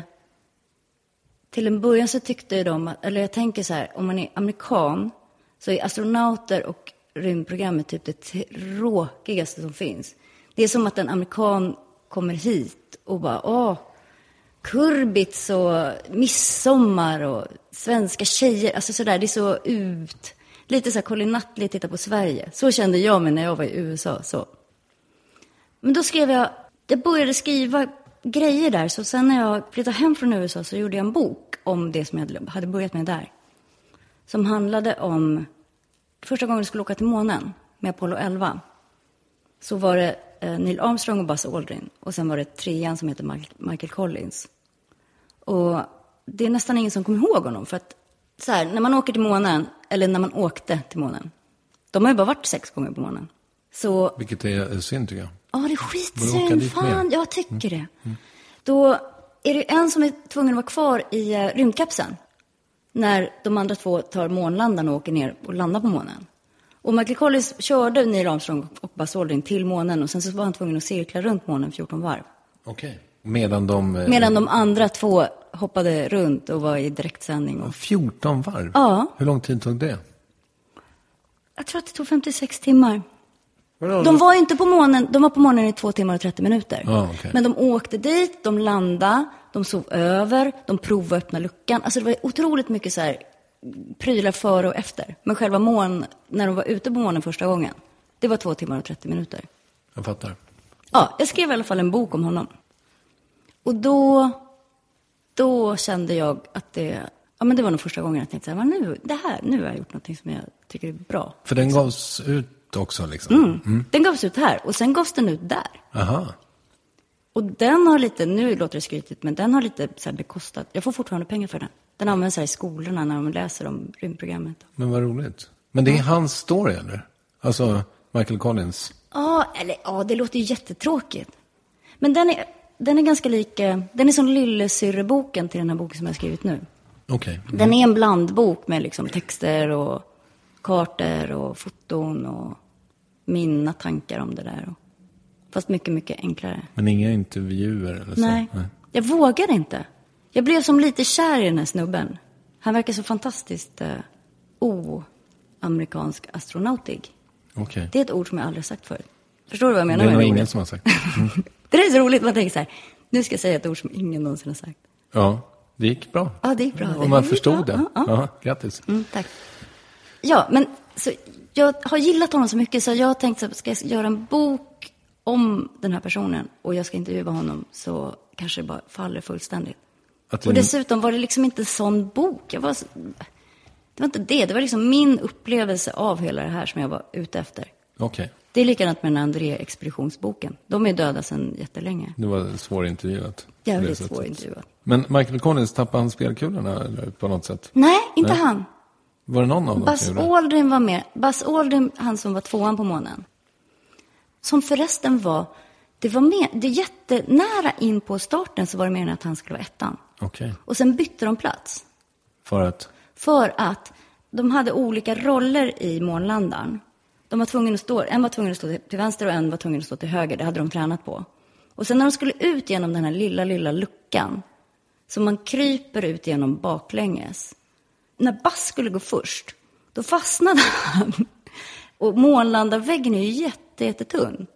[SPEAKER 4] till en början så tyckte ju de, att, eller jag tänker så här, om man är amerikan så är astronauter och rymdprogrammet typ det tråkigaste som finns. Det är som att en amerikan kommer hit och bara, åh, kurbits och midsommar och svenska tjejer, alltså sådär, det är så ut. Lite så här Colin Nutley titta på Sverige. Så kände jag mig när jag var i USA. Så. Men då skrev jag, jag började skriva grejer där, så sen när jag flyttade hem från USA så gjorde jag en bok om det som jag hade- hade börjat med där. Som handlade om första gången jag skulle åka till månen med Apollo 11. Så var det eh, Neil Armstrong och Buzz Aldrin och sen var det trean som heter Michael- Michael Collins. Och det är nästan ingen som kommer ihåg honom. För att så här, när man åker till månen, eller när man åkte till månen. De har ju bara varit sex gånger på månen. Så
[SPEAKER 2] Vilket är eh, synd tycker jag.
[SPEAKER 4] Ja, det är
[SPEAKER 2] Borde åka
[SPEAKER 4] skitsynd.
[SPEAKER 2] dit
[SPEAKER 4] Fan,
[SPEAKER 2] mer. Mm.
[SPEAKER 4] jag tycker det. Då är det en som är tvungen att vara kvar i eh, rymdkapseln. När de andra två tar månlandaren och åker ner och landar på månen. Och Michael Collins körde Neil Armstrong och Buzz Aldrin till månen och sen så var han tvungen att cirkla runt månen 14 varv.
[SPEAKER 2] Okej. Medan de... eh,
[SPEAKER 4] Medan de andra två hoppade runt och var i direktsändning. Och...
[SPEAKER 2] 14 varv?
[SPEAKER 4] Ja.
[SPEAKER 2] Hur lång tid tog det?
[SPEAKER 4] Jag tror att det tog 56 timmar. De var ju inte på månen, de var på månen i två timmar och 30 minuter.
[SPEAKER 2] Ja, Ah, okej.
[SPEAKER 4] Men de åkte dit, de landade, de sov över, de provade att öppna luckan. Alltså det var otroligt mycket så här prylar före och efter. Men själva mån, när de var ute på månen första gången, det var två timmar och 30 minuter.
[SPEAKER 2] Jag fattar.
[SPEAKER 4] Ja, jag skrev i alla fall en bok om honom. Och då, då kände jag att det, ja men det var nog första gången jag tänkte så här, "Va, nu, det här, nu har jag gjort någonting som jag tycker är bra.
[SPEAKER 2] För den gavs ut också liksom? Mm.
[SPEAKER 4] Den gavs ut här och sen gavs den ut där.
[SPEAKER 2] Aha.
[SPEAKER 4] Och den har lite, nu låter det skrytigt, men den har lite så här bekostat. Jag får fortfarande pengar för den. Den används här i skolorna när de läser om rymdprogrammet.
[SPEAKER 2] Men vad roligt. Men det är hans story eller? Alltså Michael Collins?
[SPEAKER 4] Ja, eller ja, det låter ju jättetråkigt. Men den är, den är ganska lik, eh, den är som lillasyrreboken till den här boken som jag har skrivit nu.
[SPEAKER 2] Okej.
[SPEAKER 4] Den är en blandbok med liksom texter och kartor och foton och mina tankar om det där. och- Fast mycket, mycket enklare.
[SPEAKER 2] Men inga intervjuer eller så?
[SPEAKER 4] Nej. Jag vågade inte. Jag blev som lite kär i den här snubben. Han verkar så fantastiskt eh, amerikansk astronautig.
[SPEAKER 2] Okej.
[SPEAKER 4] Det är ett ord som jag aldrig har sagt förut. Förstår du vad jag
[SPEAKER 2] Det
[SPEAKER 4] menar
[SPEAKER 2] är nog
[SPEAKER 4] det
[SPEAKER 2] ingen
[SPEAKER 4] ordet?
[SPEAKER 2] som har sagt.
[SPEAKER 4] Det där är så roligt, man tänker så här, nu ska jag säga ett ord som ingen någonsin har sagt.
[SPEAKER 2] Ja, det gick bra.
[SPEAKER 4] Ja, det gick bra. Det
[SPEAKER 2] Om man
[SPEAKER 4] gick
[SPEAKER 2] förstod
[SPEAKER 4] bra.
[SPEAKER 2] det.
[SPEAKER 4] Ja, ja.
[SPEAKER 2] Ja, grattis.
[SPEAKER 4] Mm, tack. Ja, men så jag har gillat honom så mycket så jag har tänkt att ska jag göra en bok om den här personen och jag ska intervjua honom så kanske det bara faller fullständigt.
[SPEAKER 2] Att
[SPEAKER 4] Och
[SPEAKER 2] du-
[SPEAKER 4] dessutom var det liksom inte en sån bok. Jag var så... Det var inte det, det var liksom min upplevelse av hela det här som jag var ute efter.
[SPEAKER 2] Okej,
[SPEAKER 4] Det är likadant med den här André-expeditionsboken. De är döda sedan jättelänge.
[SPEAKER 2] det var svårintervjuat. På det
[SPEAKER 4] Jävligt
[SPEAKER 2] sättet.
[SPEAKER 4] svårintervjuat.
[SPEAKER 2] Men Michael Collins, tappade han spelkulorna eller på något sätt?
[SPEAKER 4] Nej, inte
[SPEAKER 2] Nej.
[SPEAKER 4] han.
[SPEAKER 2] Var det någon av dem
[SPEAKER 4] Buzz
[SPEAKER 2] som gjorde det?
[SPEAKER 4] Aldrin var med. Buzz Aldrin, han som var tvåan på månen. Som förresten var, det var med, det är jättenära in på starten så var det meningen att han skulle vara ettan.
[SPEAKER 2] Okej,
[SPEAKER 4] Och sen bytte de plats.
[SPEAKER 2] för att...
[SPEAKER 4] För att de hade olika roller i månlandaren. De var tvungna att stå, en var tvungen att stå till vänster och en var tvungen att stå till höger. Det hade de tränat på. Och sen när de skulle ut genom den här lilla, lilla luckan, som man kryper ut genom baklänges. När Bass skulle gå först, då fastnade han. Och månlandarväggen är ju jätte, jättetunn.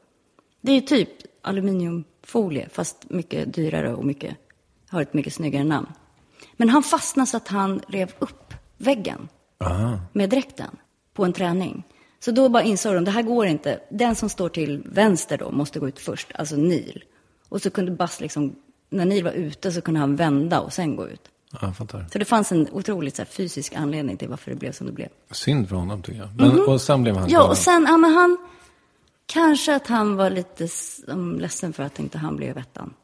[SPEAKER 4] Det är ju typ aluminiumfolie, fast mycket dyrare och mycket, har ett mycket snyggare namn. Men han fastnade så att han rev upp väggen
[SPEAKER 2] Aha.
[SPEAKER 4] med dräkten på en träning. Så då bara insåg de, det här går inte. Den som står till vänster då måste gå ut först, alltså Neil. Och så kunde Bass liksom, när Neil var ute så kunde han vända och sen gå ut.
[SPEAKER 2] Ja, jag fattar.
[SPEAKER 4] Så det fanns en otroligt så här, fysisk anledning till varför det blev som det blev.
[SPEAKER 2] Synd för honom tycker jag. Men, Och sen blev han
[SPEAKER 4] Mhm. Ja,
[SPEAKER 2] galen.
[SPEAKER 4] och sen, ja men han, kanske att han var lite som, ledsen för att inte han blev ettan.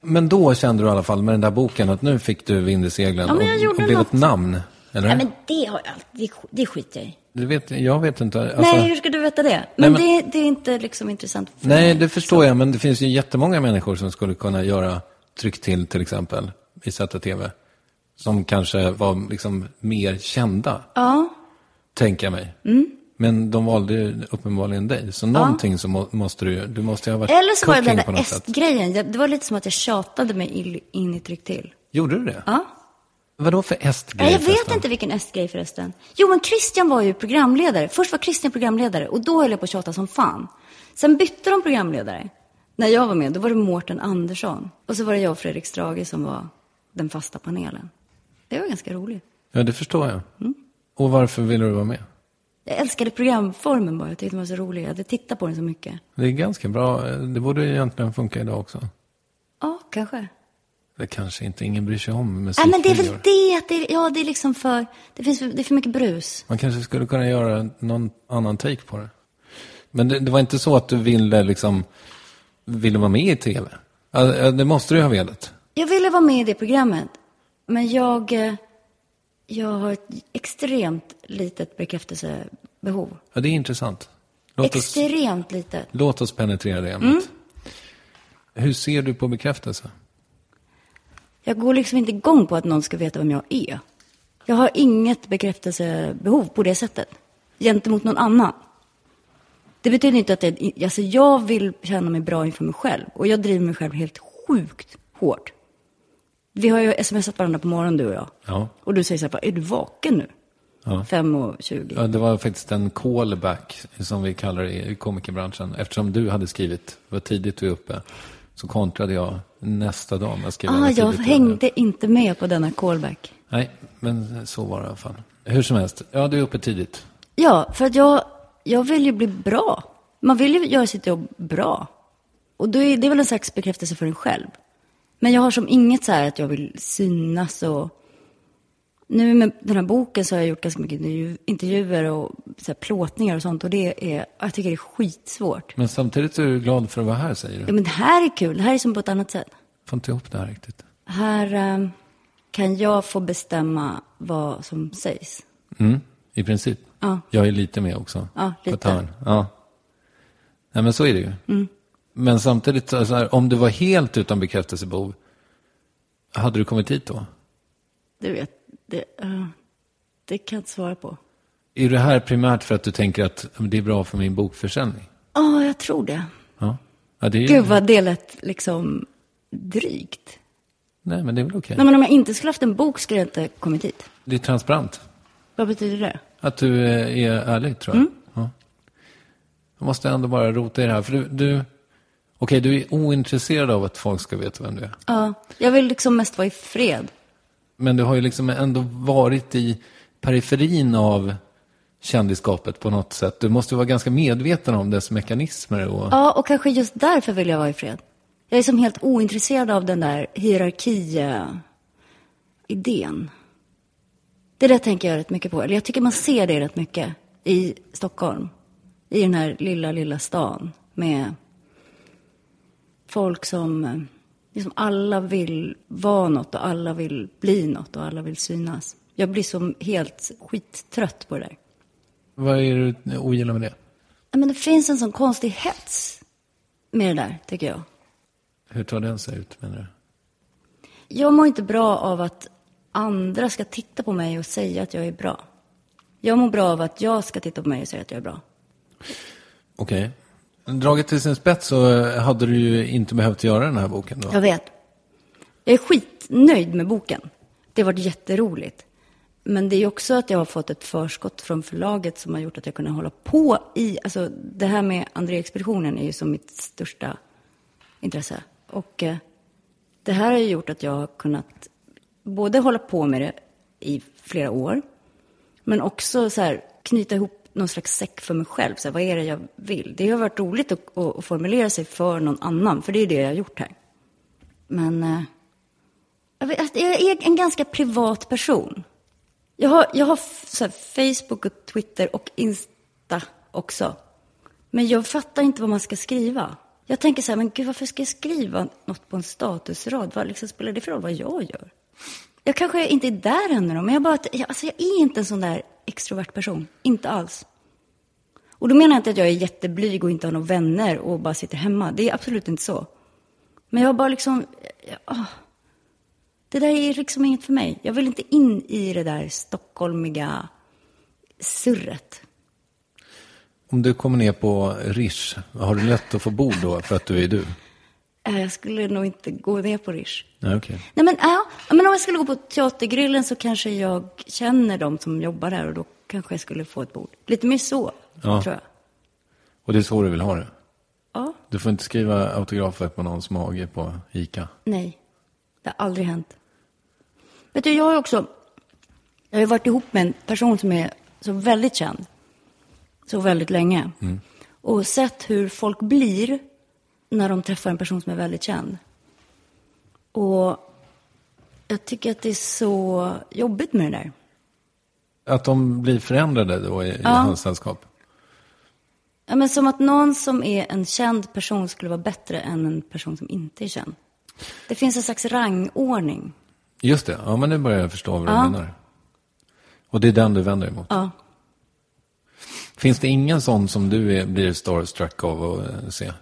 [SPEAKER 2] Men då kände du i alla fall med den där boken att nu fick du vind i seglen
[SPEAKER 4] Ja, men jag
[SPEAKER 2] och,
[SPEAKER 4] gjorde
[SPEAKER 2] och blev
[SPEAKER 4] något.
[SPEAKER 2] ett namn. Eller?
[SPEAKER 4] Nej, men det har jag alltid, det, sk- det skiter jag i.
[SPEAKER 2] du vet, jag vet inte. Alltså,
[SPEAKER 4] nej, hur ska du veta det? Men,
[SPEAKER 2] men-
[SPEAKER 4] Det, det är inte liksom intressant för
[SPEAKER 2] nej,
[SPEAKER 4] mig.
[SPEAKER 2] det förstår jag. Men det finns ju jättemånga människor som skulle kunna göra Tryck till till exempel i ZTV. Som kanske var liksom mer kända,
[SPEAKER 4] Ja,
[SPEAKER 2] tänker jag mig.
[SPEAKER 4] Mm.
[SPEAKER 2] Men de valde ju uppenbarligen dig. Så någonting så må, måste du ju- Du måste ju ha varit
[SPEAKER 4] eller så var det den
[SPEAKER 2] cooking på
[SPEAKER 4] där
[SPEAKER 2] något sätt.
[SPEAKER 4] est-grejen. Jag- Det var lite som att jag tjatade mig ill- in i tryck till.
[SPEAKER 2] Gjorde du det?
[SPEAKER 4] Ja.
[SPEAKER 2] Vadå för est-grej?
[SPEAKER 4] Nej, jag vet
[SPEAKER 2] förresten?
[SPEAKER 4] inte vilken est-grej förresten. Jo, men Christian var ju programledare. Först var Christian programledare och då höll jag på att tjata som fan. Sen bytte de programledare. När jag var med, då var det Mårten Andersson. Och så var det jag och Fredrik Strage som var den fasta panelen. Det var ganska roligt.
[SPEAKER 2] Ja, det förstår jag.
[SPEAKER 4] Mm.
[SPEAKER 2] Och varför ville du vara med?
[SPEAKER 4] Jag älskade programformen bara. Jag tyckte den var så rolig. Jag hade tittat på den så mycket.
[SPEAKER 2] Det är ganska bra. eh, Det borde ju egentligen funka idag också.
[SPEAKER 4] Ja, kanske.
[SPEAKER 2] Det kanske inte ingen bryr sig om
[SPEAKER 4] Ja,
[SPEAKER 2] musikvideor.
[SPEAKER 4] men det är väl det att det är, ja, det är liksom för, det finns för, det är för mycket brus.
[SPEAKER 2] Man kanske skulle kunna göra någon annan take på det. Men det, det var inte så att du ville liksom, ville vara med i tv? Ja, ja, Det måste du ju ha velat.
[SPEAKER 4] Jag ville vara med i det programmet, men jag, eh, jag har ett extremt litet bekräftelsebehov.
[SPEAKER 2] Ja, det är intressant. Låt oss,
[SPEAKER 4] Extremt Mm. litet.
[SPEAKER 2] låt oss penetrera det ämnet. Hur ser du på bekräftelse?
[SPEAKER 4] Jag går liksom inte igång på att någon ska veta vem jag är. Jag har inget bekräftelsebehov på det sättet, gentemot någon annan. Det betyder inte att jag, alltså jag vill känna mig bra inför mig själv och jag driver mig själv helt sjukt hårt. Vi har ju smsat varandra på morgonen du och jag.
[SPEAKER 2] Ja.
[SPEAKER 4] Och du säger så här, bara, är du vaken nu?
[SPEAKER 2] Ja.
[SPEAKER 4] Fem och tjugo.
[SPEAKER 2] Ja, det var faktiskt en callback som vi kallar det i komikerbranschen. Eftersom du hade skrivit, det var tidigt du är uppe, så kontrade jag nästa dag med att skriva.
[SPEAKER 4] Ah,
[SPEAKER 2] vad tidigt
[SPEAKER 4] jag
[SPEAKER 2] du är.
[SPEAKER 4] hängde inte med på denna callback.
[SPEAKER 2] Nej, men så var det i alla fall. Hur som helst, ja du är uppe tidigt.
[SPEAKER 4] Ja, för att jag, jag vill ju bli bra. Man vill ju göra sitt jobb bra. Och då är, det är väl en slags bekräftelse för en själv. Men jag har som inget så här att jag vill synas och... Nu med den här boken så har jag gjort ganska mycket intervju- intervjuer och så här plåtningar och sånt. Och det är, jag tycker det är skitsvårt.
[SPEAKER 2] Men samtidigt är du glad för att vara här säger
[SPEAKER 4] Ja,
[SPEAKER 2] du.
[SPEAKER 4] men det här är kul. Det här är som på ett annat sätt.
[SPEAKER 2] Får inte ihop det här riktigt.
[SPEAKER 4] Här eh, kan jag få bestämma vad som sägs.
[SPEAKER 2] Mm, i princip.
[SPEAKER 4] Ja.
[SPEAKER 2] Jag är lite med också.
[SPEAKER 4] Ja,
[SPEAKER 2] På
[SPEAKER 4] lite.
[SPEAKER 2] ett hörn. Ja. Nej men så är det ju. Men samtidigt, så här, om du var helt utan bekräftelsebehov, hade du kommit hit då?
[SPEAKER 4] Du vet, det, eh, det kan jag inte svara på.
[SPEAKER 2] Är det här primärt för att du tänker att det är bra för min bokförsäljning?
[SPEAKER 4] Ja, jag tror det.
[SPEAKER 2] Ja, ja det är
[SPEAKER 4] Gud vad det lät liksom drygt.
[SPEAKER 2] Nej, men det är väl okej.
[SPEAKER 4] Nej, men om jag inte skulle haft en bok skulle jag inte kommit hit.
[SPEAKER 2] Det är transparent.
[SPEAKER 4] Vad betyder det?
[SPEAKER 2] Att du eh, är ärlig, tror jag. Ja. Jag måste ändå bara rota i det här. För du, du, okej, du är ointresserad av att folk ska veta vem du är.
[SPEAKER 4] Ja, jag vill liksom mest vara i fred.
[SPEAKER 2] Men du har ju liksom ändå varit i periferin av kändisskapet på något sätt. Du måste ju vara ganska medveten om dess mekanismer. Och...
[SPEAKER 4] Ja, och kanske just därför vill jag vara i fred. Jag är som helt ointresserad av den där hierarki-idén. Det där tänker jag rätt mycket på. Eller jag tycker man ser det rätt mycket i Stockholm. I den här lilla, lilla stan med folk som... eh, Liksom alla vill vara något och alla vill bli något och alla vill synas. Jag blir som helt skittrött på det där.
[SPEAKER 2] Vad är det du ogillar med det?
[SPEAKER 4] Ja, Men det finns en sån konstig hets med det där, tycker jag.
[SPEAKER 2] Hur tar den sig ut, menar du?
[SPEAKER 4] Jag mår inte bra av att andra ska titta på mig och säga att jag är bra. Jag mår bra av att jag ska titta på mig och säga att jag är bra.
[SPEAKER 2] Okej. Draget till sin spets så eh, hade du ju inte behövt göra den här boken då.
[SPEAKER 4] Jag vet. Jag är skitnöjd med boken. Det har varit jätteroligt. Men det är ju också att jag har fått ett förskott från förlaget som har gjort att jag kunde hålla på i... Alltså, det här med André-expeditionen är ju som mitt största intresse. Och eh, det här har ju gjort att jag har kunnat både hålla på med det i flera år, men också så här, knyta ihop någon slags säck för mig själv. Så här, vad är det jag vill? Det har varit roligt att, att, att formulera sig för någon annan, för det är det jag har gjort här. Men eh, jag, vet, alltså, jag är en ganska privat person. Jag har, jag har f- så här, Facebook och Twitter och Insta också. Men jag fattar inte vad man ska skriva. Jag tänker så här, men gud, varför ska jag skriva något på en statusrad? Vad liksom spelar det för roll vad jag gör? Jag kanske inte är där ännu, då, men jag, bara, jag, alltså, jag är inte en sån där extrovert person. Inte alls. Och då menar jag inte att jag är jätteblyg och inte har några vänner och bara sitter hemma. Det är absolut inte så. Men jag har bara liksom... Jag, åh. det där är liksom inget för mig. Jag vill inte in i det där stockholmiga surret.
[SPEAKER 2] Om du kommer ner på Rish, har du lätt att få bord då för att du är du?
[SPEAKER 4] Eh, Jag skulle nog inte gå ner på Rish.
[SPEAKER 2] Nej, okej.
[SPEAKER 4] Nej, men, ja, men om jag skulle gå på Teatergrillen så kanske jag känner de som jobbar där och då kanske jag skulle få ett bord. Lite mer så,
[SPEAKER 2] Ja.
[SPEAKER 4] tror jag.
[SPEAKER 2] Och det är så du vill ha det?
[SPEAKER 4] Ja,
[SPEAKER 2] Du får inte skriva autografer på någons mage på ICA.
[SPEAKER 4] nej. Det har aldrig hänt. Vet du, jag har ju också... Jag har ju varit ihop med en person som är så väldigt känd. Så väldigt länge. Och sett hur folk blir när de träffar en person som är väldigt känd. Och jag tycker att det är så jobbigt med det där.
[SPEAKER 2] Att de blir förändrade då i, i hans sällskap?
[SPEAKER 4] Ja, men som att någon som är en känd person skulle vara bättre än en person som inte är känd. Det finns en slags rangordning.
[SPEAKER 2] Just det, ja men nu börjar jag förstå vad du menar. Och det är den du vänder dig emot?
[SPEAKER 4] Ja.
[SPEAKER 2] Finns det ingen sån som du är, blir starstruck av att eh, se?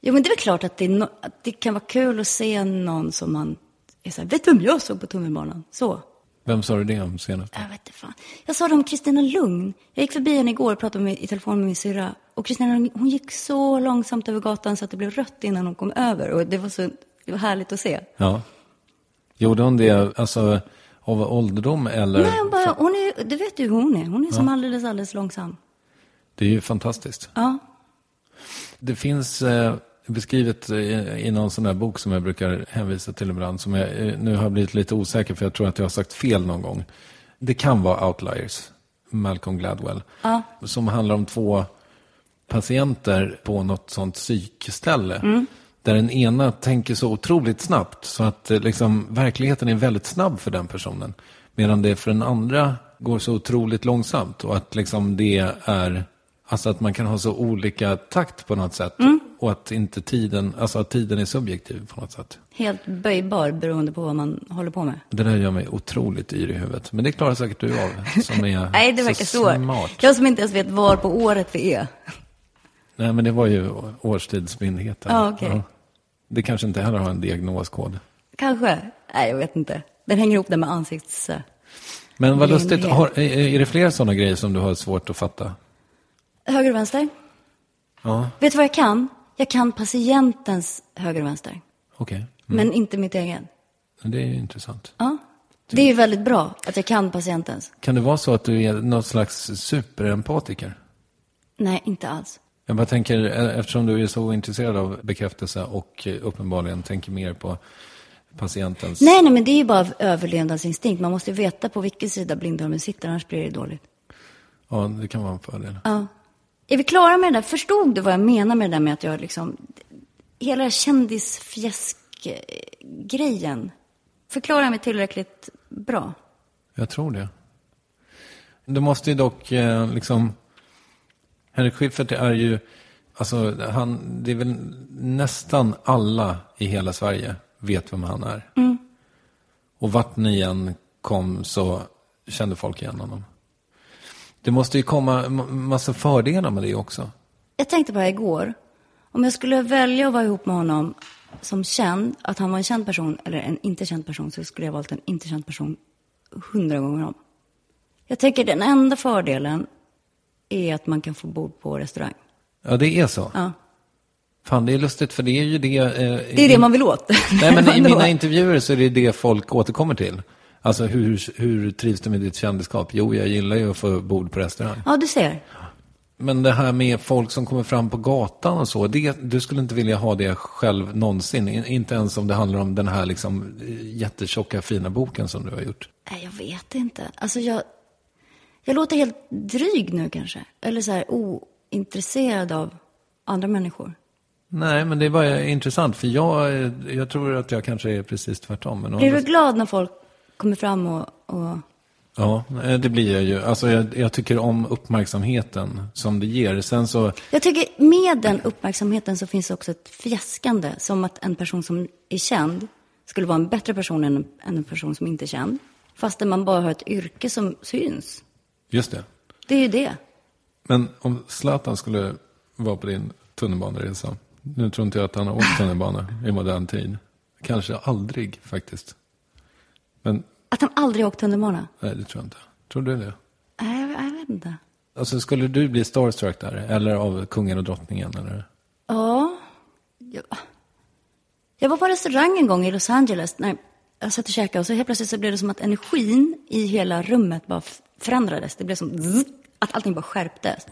[SPEAKER 4] Jo, men det är väl klart att det, är no- att det kan vara kul att se någon som man är så här, vet du vem jag såg på tunnelbanan? Så.
[SPEAKER 2] Vem sa du det om senast?
[SPEAKER 4] Jag vet inte fan. Jag sa det om Kristina Lugn. Jag gick förbi henne igår och pratade med, i telefon med min syrra. Och Kristina Lugn, hon gick så långsamt över gatan så att det blev rött innan hon kom över. Och det var så det var härligt att se.
[SPEAKER 2] Ja. Gjorde hon det alltså, av ålderdom eller?
[SPEAKER 4] Nej, hon bara, hon är, du vet ju hur hon är. Hon är som alldeles, alldeles långsam.
[SPEAKER 2] Det är ju fantastiskt.
[SPEAKER 4] Ja.
[SPEAKER 2] Det finns eh, beskrivet eh, i någon sån här bok som jag brukar hänvisa till ibland, som jag eh, nu har blivit lite osäker för jag tror att jag har sagt fel någon gång. Det kan vara Outliers, Malcolm Gladwell, som handlar om två patienter på något sånt psykställe.
[SPEAKER 4] Mm.
[SPEAKER 2] Där den ena tänker så otroligt snabbt så att eh, liksom, verkligheten är väldigt snabb för den personen. Medan det för den andra går så otroligt långsamt och att liksom det är Alltså att man kan ha så olika takt på något sätt.
[SPEAKER 4] Mm.
[SPEAKER 2] Och att inte tiden, alltså att tiden är subjektiv på något sätt.
[SPEAKER 4] Helt böjbar beroende på vad man håller på med.
[SPEAKER 2] Det där gör mig otroligt yr i huvudet. Men det klarar säkert du av, som är
[SPEAKER 4] Nej, det verkar
[SPEAKER 2] så
[SPEAKER 4] svårt.
[SPEAKER 2] smart.
[SPEAKER 4] Jag som inte ens vet var på året vi är.
[SPEAKER 2] Nej, men det var ju årstidsblindheten.
[SPEAKER 4] Ja, okej.
[SPEAKER 2] Det kanske inte heller har en diagnoskod.
[SPEAKER 4] Kanske. Nej, jag vet inte. Den hänger ihop där med ansikts... eh,
[SPEAKER 2] Men vad
[SPEAKER 4] Blindhet.
[SPEAKER 2] lustigt, har, är, är det fler sådana grejer som du har svårt att fatta?
[SPEAKER 4] Höger och vänster.
[SPEAKER 2] Ja,
[SPEAKER 4] Vet du vad jag kan? Jag kan patientens höger och vänster.
[SPEAKER 2] okej.
[SPEAKER 4] Men inte mitt eget.
[SPEAKER 2] Det är ju intressant.
[SPEAKER 4] Ja. Det är ju väldigt bra att jag kan patientens.
[SPEAKER 2] Kan det vara så att du är något slags superempatiker?
[SPEAKER 4] Nej, inte alls.
[SPEAKER 2] Jag bara tänker, eh, eftersom du är så intresserad av bekräftelse och eh, uppenbarligen tänker mer på patientens...
[SPEAKER 4] Nej, nej, men det är ju bara överlevnadsinstinkt. Man måste ju veta på vilken sida blindtarmen sitter, annars blir det dåligt.
[SPEAKER 2] Ja, det kan vara en fördel.
[SPEAKER 4] Ja. Är vi klara med det där? Förstod du vad jag menar med det där med att jag liksom... Hela kändisfjäsk-grejen. Förklarar jag eh, mig tillräckligt bra?
[SPEAKER 2] Jag tror det. Du måste ju dock eh, liksom... Henrik Schyffert är ju... Alltså, han, det är väl nästan alla i hela Sverige vet vem han är.
[SPEAKER 4] Mm.
[SPEAKER 2] Och vart ni än kom så kände folk igen honom. Det måste ju komma ma- massa fördelar med det också.
[SPEAKER 4] Jag tänkte bara igår, om jag skulle välja att vara ihop med honom som känd, att han var en känd person eller en inte känd person, så skulle jag valt en inte känd person hundra gånger om. Jag tänker den enda fördelen är att man kan få bord på restaurang.
[SPEAKER 2] Ja, det är så.
[SPEAKER 4] Ja.
[SPEAKER 2] Fan, det är lustigt för det är ju det... Eh,
[SPEAKER 4] Det är det man vill åt.
[SPEAKER 2] Nej, men i
[SPEAKER 4] Ändå.
[SPEAKER 2] mina intervjuer så är det det folk återkommer till. Alltså, hur, hur trivs du med ditt kändisskap? Jo, jag gillar ju att få bord på restaurang.
[SPEAKER 4] Ja, du ser.
[SPEAKER 2] Men det här med folk som kommer fram på gatan och så, det, du skulle inte vilja ha det själv någonsin. In- Inte ens om det handlar om den här liksom, eh, jättetjocka, fina boken som du har gjort.
[SPEAKER 4] Nej, jag vet inte. Alltså jag, jag låter helt dryg nu kanske. Eller så här ointresserad av andra människor.
[SPEAKER 2] Nej, men det är bara intressant, för jag, eh, jag tror att jag kanske är precis tvärtom. Men å
[SPEAKER 4] Blir
[SPEAKER 2] andra
[SPEAKER 4] du glad när folk kommer fram och... och...
[SPEAKER 2] Ja, eh, det blir jag ju. Alltså, jag, jag tycker om uppmärksamheten som det ger. Sen så,
[SPEAKER 4] Jag tycker med den uppmärksamheten så finns också ett fjäskande. Som att en person som är känd skulle vara en bättre person än en, än en person som inte är känd. Fastän man bara har ett yrke som syns.
[SPEAKER 2] just det.
[SPEAKER 4] Det är ju det.
[SPEAKER 2] Men om Zlatan skulle vara på din tunnelbaneresa. Nu tror inte jag att han har åkt tunnelbana i modern tid. Kanske aldrig faktiskt. Men
[SPEAKER 4] Att han aldrig åkt tunnelbana.
[SPEAKER 2] nej, det tror jag inte. Tror du det?
[SPEAKER 4] Nej, jag, jag vet inte.
[SPEAKER 2] Alltså skulle du bli starstruck där? Eller av kungen och drottningen? Eller?
[SPEAKER 4] Ja. Jag, jag var på restaurang en gång i Los Angeles när jag satt och käkade och så helt plötsligt så blev det som att energin i hela rummet bara f- förändrades. Det blev som zzz, att allting bara skärptes.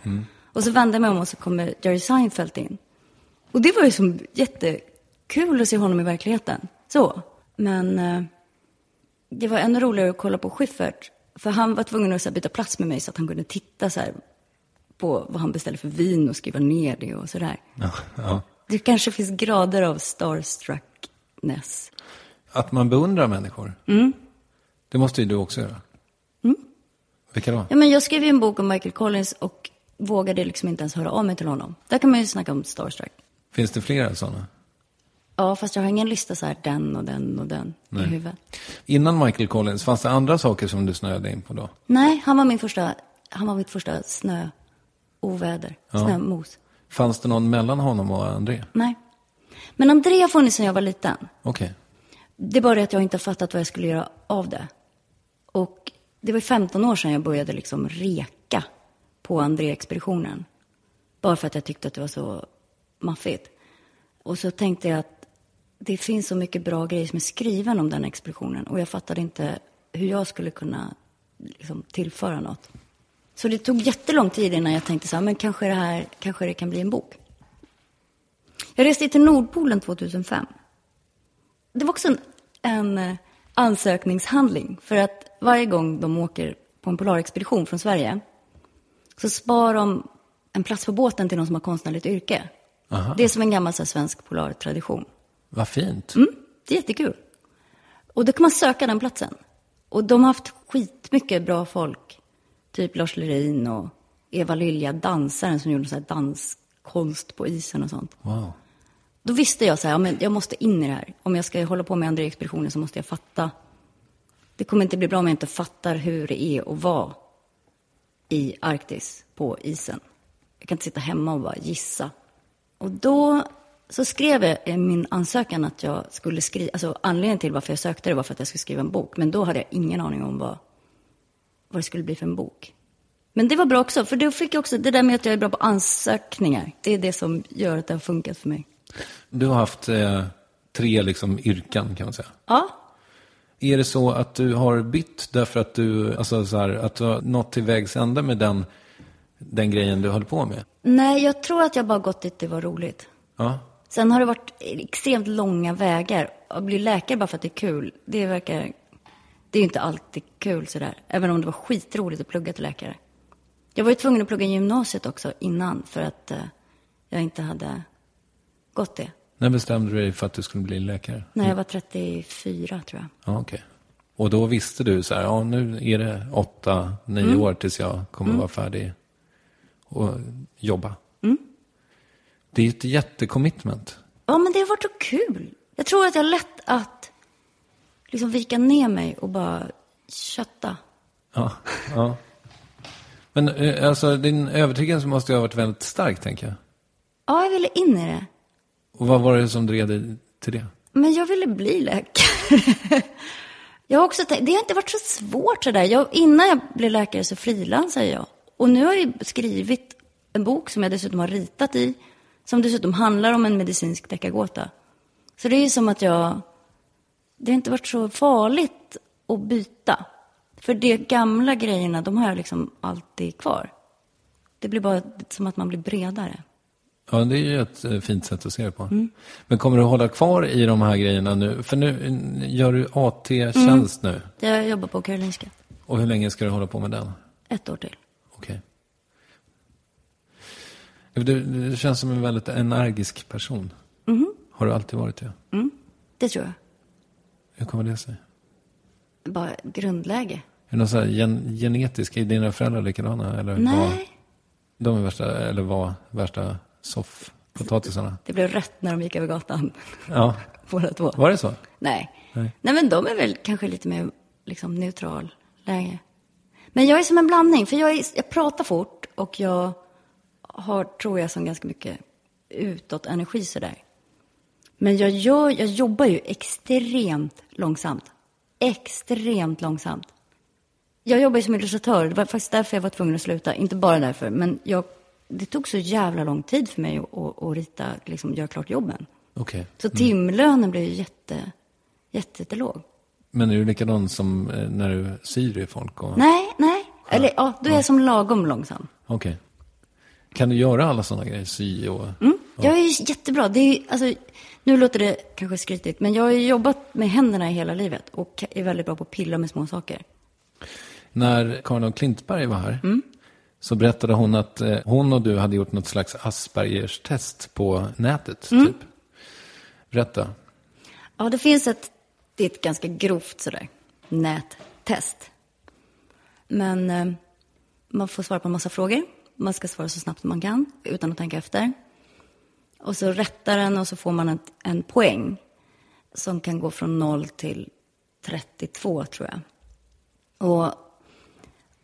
[SPEAKER 4] Och så vände jag mig om och så kommer Jerry Seinfeld in. Och det var ju som jättekul att se honom i verkligheten. Så. Men eh, det var ännu roligare att kolla på Schyffert. För han var tvungen att så här, byta plats med mig så att han kunde titta så här, på vad han beställde för vin och skriva ner det och sådär.
[SPEAKER 2] Ja.
[SPEAKER 4] Det kanske finns grader av starstruckness.
[SPEAKER 2] Att man beundrar människor? Det måste ju du också göra. Vilka då?
[SPEAKER 4] Ja, men jag skrev ju en bok om Michael Collins och vågade liksom inte ens höra av mig till honom. Där kan man ju snacka om starstruck.
[SPEAKER 2] Finns det flera sådana?
[SPEAKER 4] Ja, fast jag har ingen lista så här, den och den och den i huvudet.
[SPEAKER 2] Innan Michael Collins, fanns det andra saker som du snöade in på då?
[SPEAKER 4] Nej, han var min första, han var mitt första snöoväder, snömos.
[SPEAKER 2] Fanns det någon mellan honom och André?
[SPEAKER 4] Nej. Men André har funnits sedan jag var liten.
[SPEAKER 2] Okej.
[SPEAKER 4] Det är bara det att jag inte har fattat vad jag skulle göra av det. Och det var 15 år sedan jag började liksom reka på André-expeditionen. Bara för att jag tyckte att det var så maffigt. Och så tänkte jag att det finns så mycket bra grejer som är skriven om den expeditionen. Och jag fattade inte hur jag skulle kunna liksom, tillföra något. Så det tog jättelång tid innan jag tänkte så här, men kanske det här, kanske det kan bli en bok. Jag reste till Nordpolen 2005. Det var också en, en eh, ansökningshandling. För att varje gång de åker på en polarexpedition från Sverige så sparar de en plats på båten till någon som har konstnärligt yrke. Det är som en gammal så här, svensk polartradition.
[SPEAKER 2] Vad fint.
[SPEAKER 4] Mm, det är jättekul. Och då kan man söka den platsen. Och de har haft skitmycket bra folk. Typ Lars Lerin och Eva Lilja, dansaren som gjorde så här danskonst på isen och sånt.
[SPEAKER 2] Wow.
[SPEAKER 4] Då visste jag så här, ja, men jag måste in i det här. Om jag ska hålla på med andra expeditioner så måste jag fatta. Det kommer inte bli bra om jag inte fattar hur det är att vara i Arktis på isen. Jag kan inte sitta hemma och bara gissa. Och då så skrev jag i min ansökan att jag skulle skriva, alltså anledningen till varför jag sökte det var för att jag skulle skriva en bok. Men då hade jag ingen aning om vad, vad det skulle bli för en bok. Men det var bra också, för då fick jag också, det där med att jag är bra på ansökningar, det är det som gör att det har funkat för mig.
[SPEAKER 2] Du har haft eh, tre liksom, yrken kan man säga.
[SPEAKER 4] Ja,
[SPEAKER 2] Är det så att du har bytt därför att du, alltså så här, att du har nått till vägs ände med den, den grejen du höll på med?
[SPEAKER 4] Nej, jag tror att jag bara gått dit det var roligt.
[SPEAKER 2] Ja.
[SPEAKER 4] Sen har det varit extremt långa vägar. Att bli läkare bara för att det är kul, det verkar... Det är ju inte alltid kul sådär. Även om det var skitroligt att plugga till läkare. Jag var ju tvungen att plugga gymnasiet också innan för att eh, jag inte hade gått det.
[SPEAKER 2] När bestämde du dig för att du skulle bli läkare?
[SPEAKER 4] När jag var 34 tror jag.
[SPEAKER 2] Ja, okej. Och då visste du så här, ja nu är det åtta, nio år tills jag kommer vara färdig och jobba. Det är ett jättecommitment.
[SPEAKER 4] Ja, men det har varit så kul. Jag tror att jag har lätt att liksom vika ner mig och bara kötta.
[SPEAKER 2] Ja, ja. Men eh, alltså din övertygelse måste ju ha varit väldigt stark, tänker jag.
[SPEAKER 4] Ja, jag ville in i det.
[SPEAKER 2] Och vad var det som drev dig till det?
[SPEAKER 4] Men jag ville bli läkare. jag har också tänkt, det har inte varit så svårt sådär. Jag, innan jag blev läkare så frilansade jag. Och nu har jag ju skrivit en bok som jag dessutom har ritat i. Som dessutom handlar om en medicinsk deckargåta. Så det är ju som att jag... Det har inte varit så farligt att byta. För de gamla grejerna, de har jag liksom alltid kvar. Det blir bara som att man blir bredare.
[SPEAKER 2] Ja, det är ju ett eh, fint sätt att se det på. Men kommer du hålla kvar i de här grejerna nu? För nu eh, gör du AT-tjänst nu.
[SPEAKER 4] Jag jobbar på Karolinska.
[SPEAKER 2] Och hur länge ska du hålla på med den?
[SPEAKER 4] Ett år till.
[SPEAKER 2] Okej. Du, du känns som en väldigt energisk person. Har du alltid varit det?
[SPEAKER 4] Det tror jag.
[SPEAKER 2] Hur kommer det sig?
[SPEAKER 4] Bara grundläge.
[SPEAKER 2] Är det något så här gen- genetiskt? Är dina föräldrar likadana? Eller Var,
[SPEAKER 4] Nej,
[SPEAKER 2] de är värsta, eller var värsta soffpotatisarna?
[SPEAKER 4] det blev rött när de gick över gatan.
[SPEAKER 2] Ja,
[SPEAKER 4] Båda två.
[SPEAKER 2] var det så?
[SPEAKER 4] Nej.
[SPEAKER 2] Nej.
[SPEAKER 4] Nej. men de är väl kanske lite mer liksom, neutral läge. Men jag är som en blandning, för jag, är, jag pratar fort och jag har, tror jag, som ganska mycket utåt-energi sådär. Men jag, gör, jag jobbar ju extremt långsamt. Extremt långsamt. Jag jobbar ju som illustratör, det var faktiskt därför jag var tvungen att sluta. Inte bara därför, men jag, det tog så jävla lång tid för mig att, att, att rita, liksom göra klart jobben.
[SPEAKER 2] Okej.
[SPEAKER 4] Så timlönen blev ju jätte, jätte, jättelåg.
[SPEAKER 2] Men är du likadan som eh, när du syr i folk? Och...
[SPEAKER 4] Nej, nej. Eller ja, då är jag som lagom långsam.
[SPEAKER 2] Okej. Kan du göra alla sådana grejer? Sy och...
[SPEAKER 4] Mm. Jag är ju jättebra. Det är ju, alltså, nu låter det kanske skrytigt, men jag har ju jobbat med händerna i hela livet och är väldigt bra på att pilla med små saker.
[SPEAKER 2] När Karin af Klintberg var här
[SPEAKER 4] Mm.
[SPEAKER 2] så berättade hon att eh, hon och du hade gjort något slags Aspergers-test på nätet.
[SPEAKER 4] Mm.
[SPEAKER 2] Typ. Berätta.
[SPEAKER 4] Ja, det finns ett, det är ett ganska grovt sådär, nättest. Men eh, man får svara på en massa frågor. Man ska svara så snabbt man kan, utan att tänka efter. Och så rättar den och så får man ett, en poäng som kan gå från 0 till 32, tror jag. Och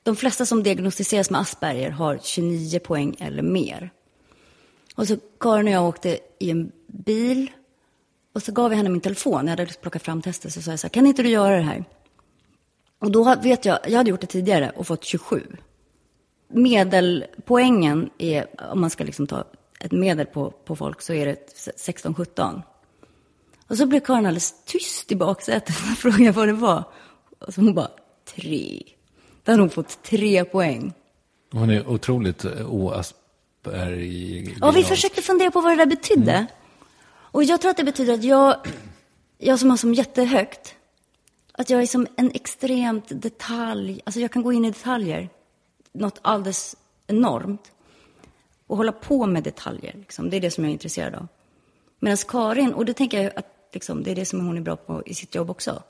[SPEAKER 4] de flesta som diagnostiseras med Asperger har 29 poäng eller mer. Och så Karin och jag åkte i en bil och så gav jag henne min telefon. Jag hade liksom plockat fram testet. Så sa jag så här, kan inte du göra det här? Och då ha- vet jag, jag hade gjort det tidigare och fått 27. Medelpoängen är, om man ska liksom ta ett medel på, på folk, så är det 16-17. Och så blev Karin alldeles tyst i baksätet när jag frågade vad det var. Och så hon bara, tre. Då hade hon fått tre poäng.
[SPEAKER 2] Hon är otroligt eh, oasperg...
[SPEAKER 4] Ja, vi försökte fundera på vad det där betydde. Och jag tror att det betyder att jag, jag som har som jättehögt, att jag är som en extremt detalj, alltså jag kan gå in i detaljer, något alldeles enormt, och hålla på med detaljer, liksom. det är det som jag är intresserad av. Medan Karin, och det tänker jag att liksom, det är det som hon är bra på i sitt jobb också,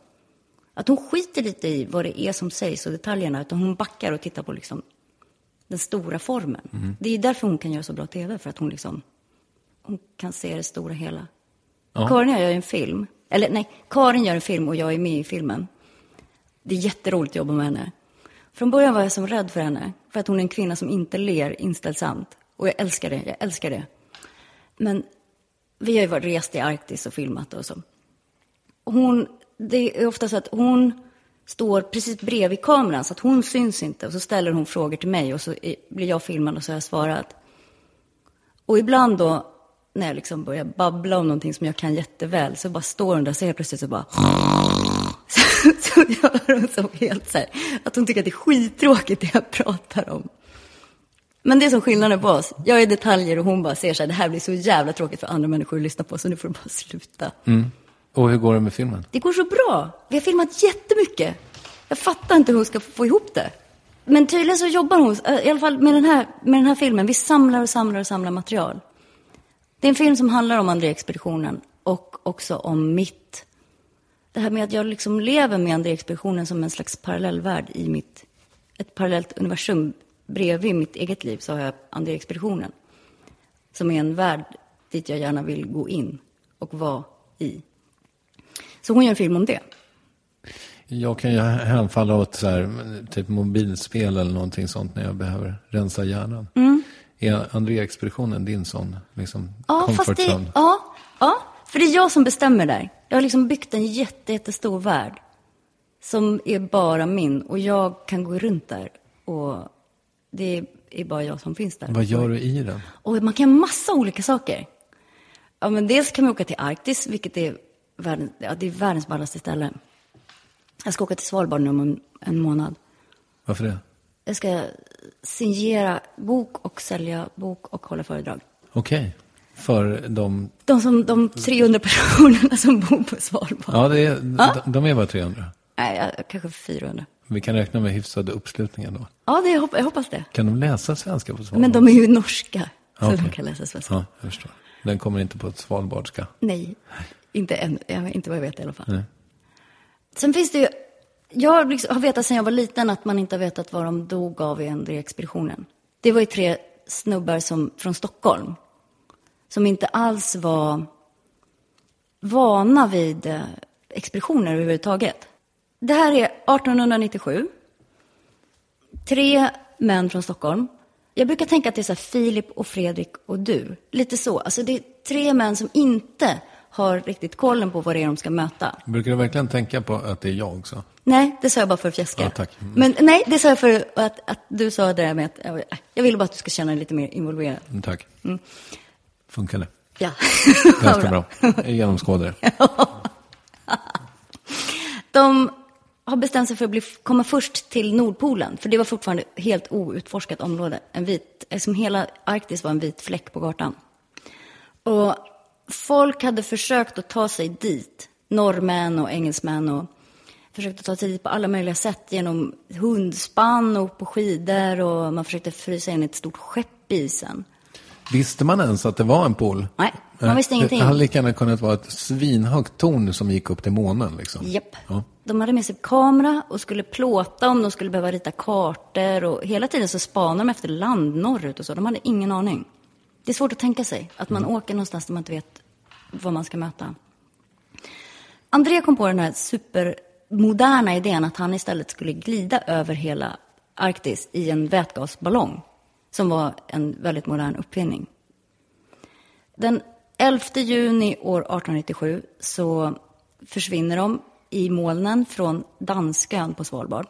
[SPEAKER 4] att hon skiter lite i vad det är som sägs och detaljerna, utan hon backar och tittar på liksom den stora formen. Det är därför hon kan göra så bra TV, för att hon liksom hon kan se det stora hela. Karin och jag gör en film, eller nej, Karin gör en film och jag är med i filmen. Det är jätteroligt att jobba med henne. Från början var jag som rädd för henne, för att hon är en kvinna som inte ler inställsamt. Och jag älskar det, jag älskar det. Men vi har ju varit rest i Arktis och filmat och så hon, det är ofta så att hon står precis bredvid kameran så att hon syns inte. Och så ställer hon frågor till mig och så är- blir jag filmad och så har jag svarat. Och ibland då, när jag liksom börjar babbla om någonting som jag kan jätteväl, så bara står hon där så helt plötsligt så bara... så gör hon som helt så här, att hon tycker att det är skittråkigt det jag pratar om. Men det är som skillnaden på oss. Jag är detaljer och hon bara ser så här, det här blir så jävla tråkigt för andra människor att lyssna på, så nu får du bara sluta.
[SPEAKER 2] Och hur går det med filmen?
[SPEAKER 4] Det går så bra. Vi har filmat jättemycket. Jag fattar inte hur hon ska få ihop det. Men tydligen så jobbar hon, eh, i alla fall med den här, med den här filmen, vi samlar och samlar och samlar material. Det är en film som handlar om André-expeditionen och också om mitt... Det här med att jag liksom lever med André-expeditionen som en slags parallellvärld i mitt... Ett parallellt universum. Bredvid mitt eget liv så har jag André-expeditionen. Som är en värld dit jag gärna vill gå in och vara i. Så hon gör en film om det.
[SPEAKER 2] Jag kan ju hänfalla åt så här, typ mobilspel eller någonting sånt när jag behöver rensa hjärnan.
[SPEAKER 4] Mm.
[SPEAKER 2] Är André-expeditionen din sån liksom,
[SPEAKER 4] Ja,
[SPEAKER 2] comfort
[SPEAKER 4] fast det,
[SPEAKER 2] zone?
[SPEAKER 4] ja, ja, för det är jag som bestämmer där. Jag har liksom byggt en jätte, jättestor värld som är bara min och jag kan gå runt där och det är bara jag som finns där.
[SPEAKER 2] Vad gör du i den?
[SPEAKER 4] Och man kan göra massa olika saker. Ja, men dels kan man åka till Arktis, vilket är världens, ja, det är världens ballaste ställe. Jag ska åka till Svalbard nu om en, en månad.
[SPEAKER 2] Varför det?
[SPEAKER 4] Jag ska signera bok och sälja bok och hålla föredrag.
[SPEAKER 2] Okej. För de...
[SPEAKER 4] De, som, de 300 personerna som bor på Svalbard.
[SPEAKER 2] Ja, det är, de, de är bara 300.
[SPEAKER 4] Nej, ja, kanske 400.
[SPEAKER 2] Vi kan räkna med hyfsad uppslutning ändå.
[SPEAKER 4] Ja, det, jag, hoppas, jag hoppas det.
[SPEAKER 2] Kan de läsa svenska på Svalbard?
[SPEAKER 4] Men de är ju norska, så
[SPEAKER 2] Ja, okej.
[SPEAKER 4] de kan läsa svenska.
[SPEAKER 2] Ja, jag förstår. Den kommer inte på ett svalbardska.
[SPEAKER 4] Nej, inte än. ja, Inte vad jag vet i alla fall. Sen finns det ju... Jag har liksom, har vetat sedan jag var liten att man inte har vetat vad de dog av i André-expeditionen. Det var ju tre snubbar som, från Stockholm som inte alls var vana vid eh, expeditioner överhuvudtaget. Det här är 1897. Tre män från Stockholm. Jag brukar tänka att det är så här Filip och Fredrik och du. Lite så. Alltså det är tre män som inte har riktigt kollen på vad det är de ska möta.
[SPEAKER 2] Brukar du verkligen tänka på att det är jag också?
[SPEAKER 4] Nej, det sa jag bara för att fjäska.
[SPEAKER 2] Ja, tack. Mm.
[SPEAKER 4] Men nej, det sa jag för att, att du sa det där med att äh, jag ville bara att du ska känna dig lite mer involverad.
[SPEAKER 2] Mm, Tack. Funkar det?
[SPEAKER 4] Ja.
[SPEAKER 2] Ganska bra. Jag genomskådar det.
[SPEAKER 4] De har bestämt sig för att bli, komma först till Nordpolen, för det var fortfarande helt outforskat område. En vit, som hela Arktis var en vit fläck på kartan. Och folk hade försökt att ta sig dit, norrmän och engelsmän och försökt att ta sig dit på alla möjliga sätt genom hundspann och på skidor och man försökte frysa in ett stort skepp i isen.
[SPEAKER 2] Visste man ens att det var en pool?
[SPEAKER 4] Nej, man visste ingenting.
[SPEAKER 2] Det hade lika gärna kunnat vara ett svinhögt torn som gick upp till månen. Liksom.
[SPEAKER 4] Japp.
[SPEAKER 2] Ja.
[SPEAKER 4] De hade med sig kamera och skulle plåta om de skulle behöva rita kartor. Och hela tiden så spanade de efter land norrut och så. De hade ingen aning. Det är svårt att tänka sig att
[SPEAKER 2] Mm.
[SPEAKER 4] man åker någonstans där man inte vet vad man ska möta. André kom på den här supermoderna idén att han istället skulle glida över hela Arktis i en vätgasballong. Som var en väldigt modern uppfinning. Den 11 juni år 1897 så försvinner de i molnen från Danskön på Svalbard.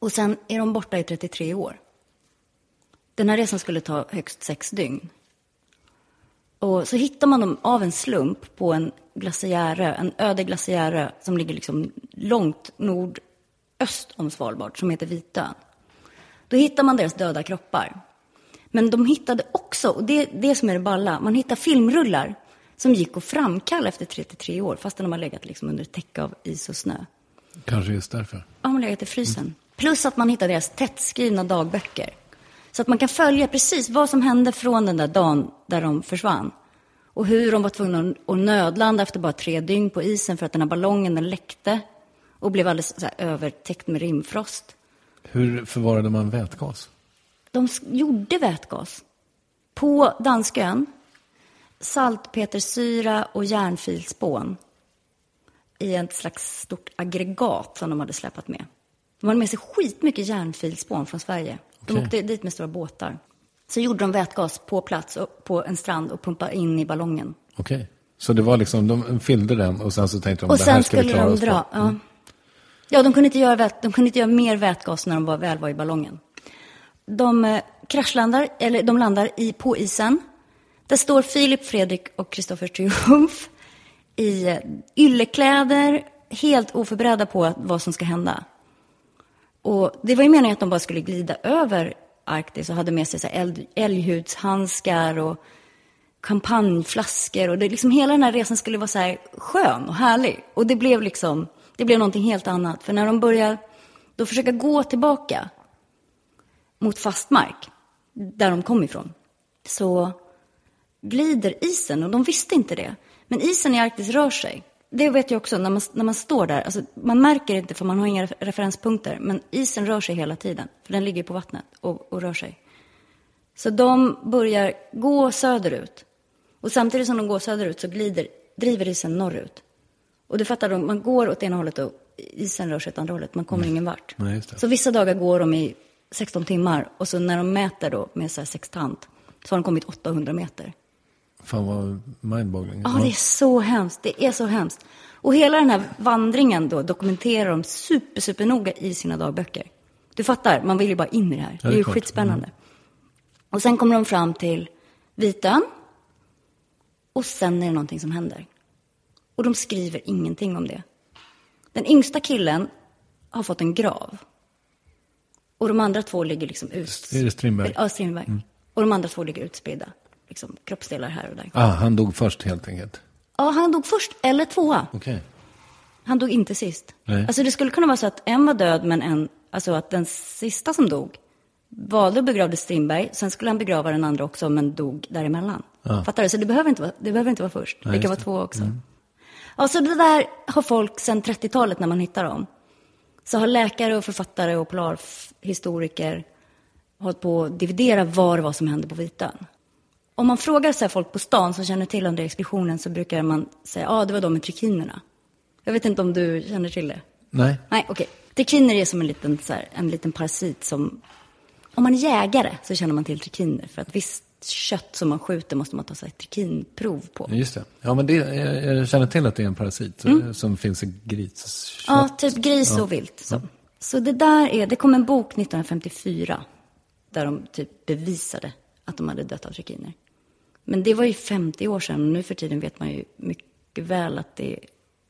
[SPEAKER 4] Och sen är de borta i 33 år. Den här resan skulle ta högst sex dygn. Och så hittar man dem av en slump på en glaciärö, en öde glaciärö som ligger liksom långt nordöst om Svalbard, som heter Vitön. Då hittar man deras döda kroppar. Men de hittade också, och det är det som är det balla, man hittar filmrullar som gick att framkalla efter 33 år, fastän de har legat liksom under ett täcke av is och snö.
[SPEAKER 2] Kanske just därför.
[SPEAKER 4] Ja, man legat i frysen. Plus att man hittar deras tättskrivna dagböcker. Så att man kan följa precis vad som hände från den där dagen där de försvann. Och hur de var tvungna att nödlanda efter bara tre dygn på isen för att den här ballongen den läckte och blev alldeles så här övertäckt med rimfrost.
[SPEAKER 2] Hur förvarade man vätgas?
[SPEAKER 4] De s- gjorde vätgas på Danskön. Saltpetersyra och järnfilspån i ett slags stort aggregat som de hade släpat med. De hade med sig skitmycket järnfilspån från Sverige. De
[SPEAKER 2] Okej.
[SPEAKER 4] åkte dit med stora båtar. Så gjorde de vätgas på plats och- på en strand och pumpade in i ballongen.
[SPEAKER 2] Okej. Så det var liksom, de fyllde den och sen så tänkte de,
[SPEAKER 4] Och
[SPEAKER 2] det här
[SPEAKER 4] sen
[SPEAKER 2] ska vi
[SPEAKER 4] skulle
[SPEAKER 2] klara
[SPEAKER 4] de
[SPEAKER 2] oss
[SPEAKER 4] dra.
[SPEAKER 2] på. Mm.
[SPEAKER 4] Ja. ja, de kunde inte göra, vät- de kunde inte göra mer vätgas när de var, väl var i ballongen. De eh, kraschlandar, eller de landar i, på isen. Där står Filip, Fredrik och Kristoffer Triumf i eh, yllekläder helt oförberedda på att- vad som ska hända. Och det var ju meningen att de bara skulle glida över Arktis och hade med sig så här älg, älghudshandskar och champagneflaskor. Och det, liksom hela den här resan skulle vara så här skön och härlig. Och det blev liksom, det blev någonting helt annat. För när de börjar då försöka gå tillbaka mot fast mark, där de kom ifrån, så glider isen och de visste inte det. Men isen i Arktis rör sig. Det vet jag också, när man, när man står där, alltså, man märker det inte för man har inga refer- referenspunkter, men isen rör sig hela tiden, för den ligger på vattnet och, och rör sig. Så de börjar gå söderut. Och samtidigt som de går söderut så glider, driver isen norrut. Och du fattar, de- man går åt ena hållet och isen rör sig åt andra hållet. Man kommer ingen vart.
[SPEAKER 2] Mm. Nej, just det.
[SPEAKER 4] Så vissa dagar går de i 16 timmar och så när de mäter då med så här sextant så har de kommit 800 meter.
[SPEAKER 2] Fan vad mindboggling.
[SPEAKER 4] Ja, det är så hemskt. Det är så hemskt. Och hela den här vandringen då dokumenterar de super, super noga i sina dagböcker. Du fattar, man vill ju bara in i det här.
[SPEAKER 2] det är
[SPEAKER 4] det är ju
[SPEAKER 2] klart. Mm.
[SPEAKER 4] skitspännande. Och sen kommer de fram till Vitön. Och sen är det någonting som händer. Och de skriver ingenting om det. Den yngsta killen har fått en grav. Och de andra två ligger liksom ut.
[SPEAKER 2] Är det Strindberg? Mm.
[SPEAKER 4] Ja, Strindberg. Och de andra två ligger utspridda. Liksom kroppsdelar här och där.
[SPEAKER 2] Ah, han dog först helt enkelt.
[SPEAKER 4] Ja, han dog först eller tvåa.
[SPEAKER 2] Okej.
[SPEAKER 4] Han dog inte sist.
[SPEAKER 2] Nej.
[SPEAKER 4] Alltså det skulle kunna vara så att en var död, men en, alltså att den sista som dog valde att begravde Strindberg, sen skulle han begrava den andra också, men dog däremellan. Fattar du? Så det behöver inte vara, det behöver inte vara först. det
[SPEAKER 2] just
[SPEAKER 4] kan vara
[SPEAKER 2] det. Mm.
[SPEAKER 4] två också. Ja, så det där har folk sedan 30-talet när man hittar dem. Så har läkare och författare och polarhistoriker hållit på att dividera var vad som hände på Vitön. Om man frågar så här folk på stan som känner till om den expeditionen så brukar man säga, ja ah, det var de med trikinerna. Jag vet inte om du känner till det?
[SPEAKER 2] Nej.
[SPEAKER 4] Nej, okej. Trikiner är som en liten, så här, en liten parasit som... Om man är jägare så känner man till trikiner. För att visst kött som man skjuter måste man ta så här, trikinprov på.
[SPEAKER 2] Just det. Ja, men det, jag, jag känner till att det är en parasit eh, som finns i griskött.
[SPEAKER 4] Mm. Ja, typ gris och vilt. Så. så det där är, det kom en bok 1954 där de typ bevisade att de hade dött av trikiner. Men det var ju 50 år sedan och nu för tiden vet man ju mycket väl att det,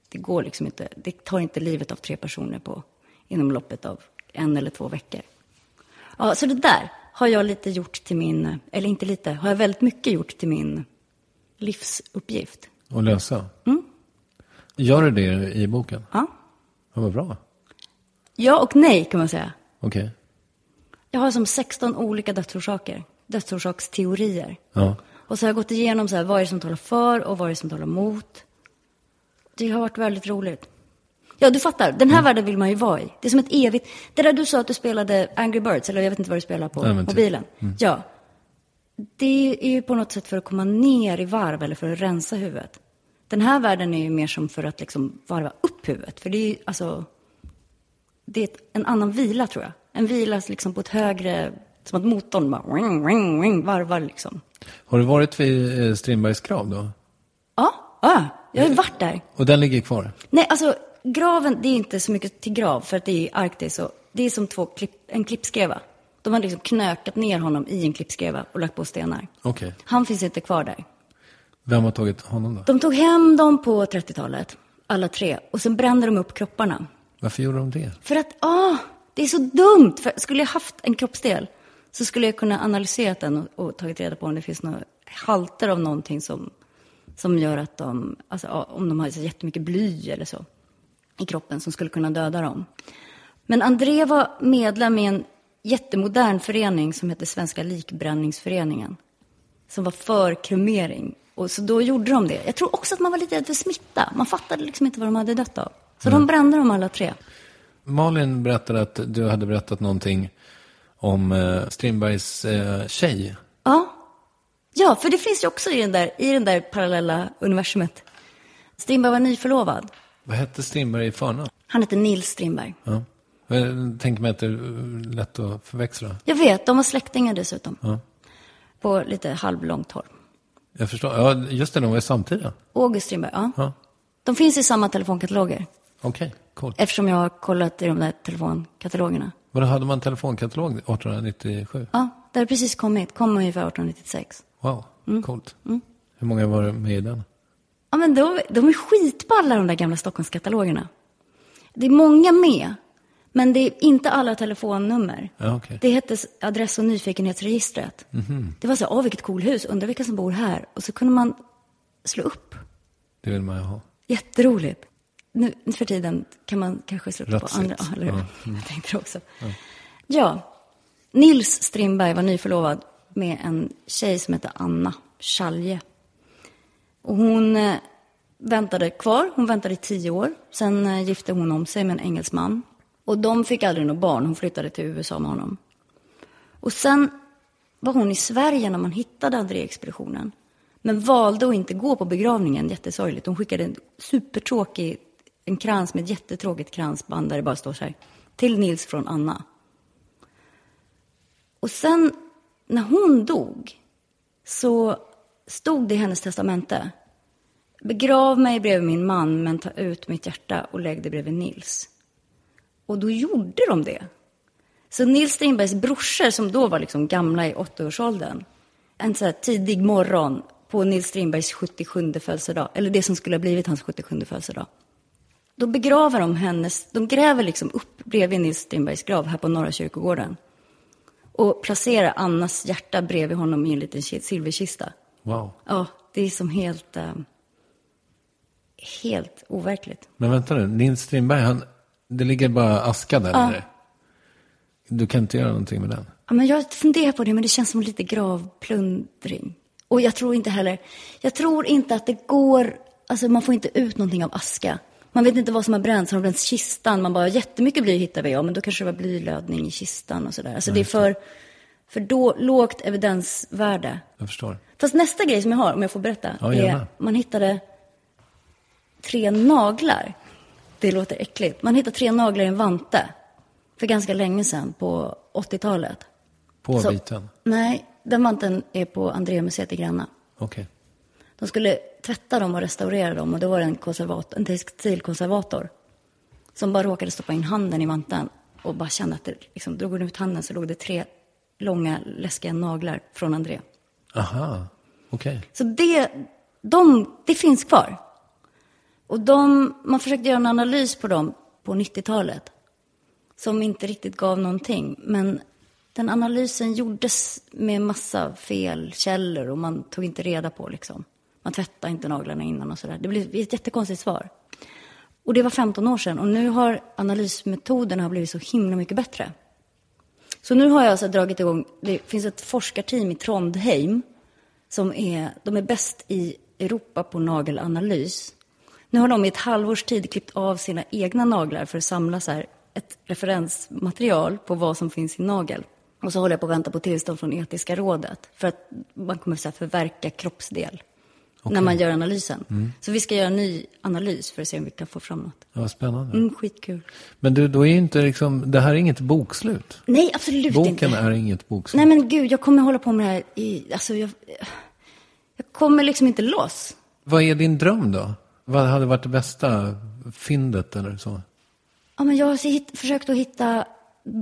[SPEAKER 4] det går liksom inte, det tar inte livet av tre personer på, inom loppet av en eller två veckor. Ja, så det där har jag lite gjort till min, eller inte lite, har jag väldigt mycket gjort till min livsuppgift.
[SPEAKER 2] Och lösa.
[SPEAKER 4] Mm.
[SPEAKER 2] Gör du det i boken?
[SPEAKER 4] Ja,
[SPEAKER 2] Ja, vad bra.
[SPEAKER 4] ja och nej kan man säga.
[SPEAKER 2] Okej.
[SPEAKER 4] Jag har som 16 olika dödsorsaker, dödsorsaksteorier.
[SPEAKER 2] Ja.
[SPEAKER 4] Och så har jag gått igenom så här, vad är det som talar för och vad är det som talar emot. Det har varit väldigt roligt. Ja, du fattar. Den här
[SPEAKER 2] Mm.
[SPEAKER 4] världen vill man ju vara i. Det är som ett evigt... Det där du sa att du spelade Angry Birds, eller jag vet inte vad du spelar på
[SPEAKER 2] Ja, men typ.
[SPEAKER 4] mobilen. Ja. Det är ju på något sätt för att komma ner i varv eller för att rensa huvudet. Den här världen är ju mer som för att liksom varva upp huvudet. För det är ju alltså... Det är ett- en annan vila tror jag. En vila liksom på ett högre... Som att motorn bara ring, ring, ring, varvar liksom.
[SPEAKER 2] Har du varit vid eh, Strindbergs grav då?
[SPEAKER 4] Ja, ja, jag har ju varit där.
[SPEAKER 2] Och den ligger kvar?
[SPEAKER 4] Nej, alltså graven, det är inte så mycket till grav för att det är i Arktis och det är som två klipp, en klippskreva. De har liksom knökat ner honom i en klippskreva och lagt på stenar.
[SPEAKER 2] Okej.
[SPEAKER 4] Han finns inte kvar där.
[SPEAKER 2] Vem har tagit honom då?
[SPEAKER 4] De tog hem dem på 30-talet, alla tre, och sen brände de upp kropparna.
[SPEAKER 2] Varför gjorde de det?
[SPEAKER 4] För att, ah, det är så dumt! För skulle jag haft en kroppsdel så skulle jag kunna analysera den och, och tagit reda på om det finns några halter av någonting som, som gör att de, alltså ja, om de har så jättemycket bly eller så i kroppen som skulle kunna döda dem. Men André var medlem i en jättemodern förening som hette Svenska likbränningsföreningen som var för kremering. Och så då gjorde de det. Jag tror också att man var lite rädd för smitta. Man fattade liksom inte vad de hade dött av. Så de brände dem alla tre.
[SPEAKER 2] Malin berättade att du hade berättat någonting om eh, Strindbergs eh, tjej.
[SPEAKER 4] Ja. ja, för det finns ju också i den där, i den där parallella universumet. Strindberg var nyförlovad.
[SPEAKER 2] Vad hette Strindberg i förnamn?
[SPEAKER 4] Han hette Nils Strindberg.
[SPEAKER 2] Ja. Jag tänker mig att det är lätt att förväxla.
[SPEAKER 4] Jag vet, de var släktingar dessutom.
[SPEAKER 2] Ja.
[SPEAKER 4] På lite halvlångt håll.
[SPEAKER 2] Jag förstår. Ja, just det, de var samtida.
[SPEAKER 4] August Strindberg, ja.
[SPEAKER 2] Ja.
[SPEAKER 4] De finns i samma telefonkataloger.
[SPEAKER 2] Okej, coolt.
[SPEAKER 4] Eftersom jag har kollat i de där telefonkatalogerna.
[SPEAKER 2] Vadå, hade man telefonkatalog 1897?
[SPEAKER 4] Ja, det har precis kommit. Kom ungefär 1896.
[SPEAKER 2] Wow, coolt. Hur många var det med i den?
[SPEAKER 4] Ja, men de, de är skitballa de där gamla Stockholmskatalogerna. Det är många med, men det är inte alla telefonnummer.
[SPEAKER 2] Ja, okej. Mhm.
[SPEAKER 4] Det hette s- adress och nyfikenhetsregistret. Det var så här, åh vilket cool hus, undrar vilka som bor här. Och så kunde man slå upp.
[SPEAKER 2] Det vill man ju ha.
[SPEAKER 4] Jätteroligt. Nu för tiden kan man kanske slå upp på
[SPEAKER 2] Ratsigt.
[SPEAKER 4] andra. Ja, eller, hur? Jag tänkte det också. Ja. Nils Strindberg var nyförlovad med en tjej som hette Anna Schalje. Och hon eh, väntade kvar, hon väntade i tio år. Sen eh, gifte hon om sig med en engelsman. Och de fick aldrig något barn, hon flyttade till USA med honom. Och sen var hon i Sverige när man hittade André-expeditionen. Men valde att inte gå på begravningen, jättesorgligt. Hon skickade en supertråkig, en krans med ett jättetråkigt kransband där det bara står så här. Till Nils från Anna. Och sen när hon dog så stod det i hennes testamente. Begrav mig bredvid min man men ta ut mitt hjärta och lägg det bredvid Nils. Och då gjorde de det. Så Nils Strindbergs brorsor, som då var liksom gamla i 80-årsåldern, en så här tidig morgon på Nils Strindbergs 77 födelsedag, eller det som skulle ha blivit hans 77 födelsedag, då begraver de hennes, de gräver liksom upp bredvid Nils Strindbergs grav här på Norra kyrkogården och placerar Annas hjärta bredvid honom i en liten ki- silverkista.
[SPEAKER 2] Wow.
[SPEAKER 4] Ja, det är som helt, eh, helt overkligt.
[SPEAKER 2] Men vänta nu, Nils Strindberg, han, det ligger bara aska där nere. Du kan inte göra någonting med den.
[SPEAKER 4] Ja, men jag funderar på det, men det känns som lite gravplundring. Och jag tror inte heller, jag tror inte att det går, alltså man får inte ut någonting av aska. Man vet inte vad som har bränts, har de bränts kistan? Man bara, jättemycket bly hittar vi, ja men då kanske det var blylödning i kistan och sådär. Alltså det är för, för då, lågt evidensvärde.
[SPEAKER 2] Jag förstår.
[SPEAKER 4] Fast nästa grej som jag har, om jag får berätta,
[SPEAKER 2] Ja, gärna.
[SPEAKER 4] är man hittade tre naglar. Det låter äckligt. Man hittade tre naglar i en vante för ganska länge sedan, på 80-talet.
[SPEAKER 2] På
[SPEAKER 4] Så-
[SPEAKER 2] biten.
[SPEAKER 4] Nej, den vanten är på Andrémuseet i Gränna.
[SPEAKER 2] Okej.
[SPEAKER 4] De skulle tvätta dem och restaurera dem och då var det en, konservat- en textilkonservator som bara råkade stoppa in handen i vanten och bara kände att det liksom, drog hon ut handen så låg det tre långa läskiga naglar från André.
[SPEAKER 2] Aha. Okej.
[SPEAKER 4] Så det, de, det finns kvar. Och de, man försökte göra en analys på dem på 90-talet som inte riktigt gav någonting. Men den analysen gjordes med massa felkällor och man tog inte reda på liksom. Man tvättade inte naglarna innan och sådär. Det blev ett jättekonstigt svar. Och det var 15 år sedan och nu har analysmetoderna har blivit så himla mycket bättre. Så nu har jag alltså dragit igång, det finns ett forskarteam i Trondheim som är, de är bäst i Europa på nagelanalys. Nu har de i ett halvårs tid klippt av sina egna naglar för att samla så här ett referensmaterial på vad som finns i nagel. Och så håller jag på att vänta på tillstånd från Etiska rådet för att man kommer så här förverka kroppsdel när man gör analysen.
[SPEAKER 2] Mm.
[SPEAKER 4] Så vi ska göra en ny analys för att se om vi kan få fram något.
[SPEAKER 2] Ja, vad spännande.
[SPEAKER 4] Mm, skitkul.
[SPEAKER 2] Men du, då är ju inte liksom, det här är inget bokslut.
[SPEAKER 4] Nej, absolut inte.
[SPEAKER 2] Boken är inget bokslut.
[SPEAKER 4] Nej men gud, jag kommer hålla på med det här i, alltså jag, jag kommer liksom inte loss.
[SPEAKER 2] Vad är din dröm då? Vad hade varit det bästa fyndet eller så?
[SPEAKER 4] Ja, men jag har så hitt, försökt att hitta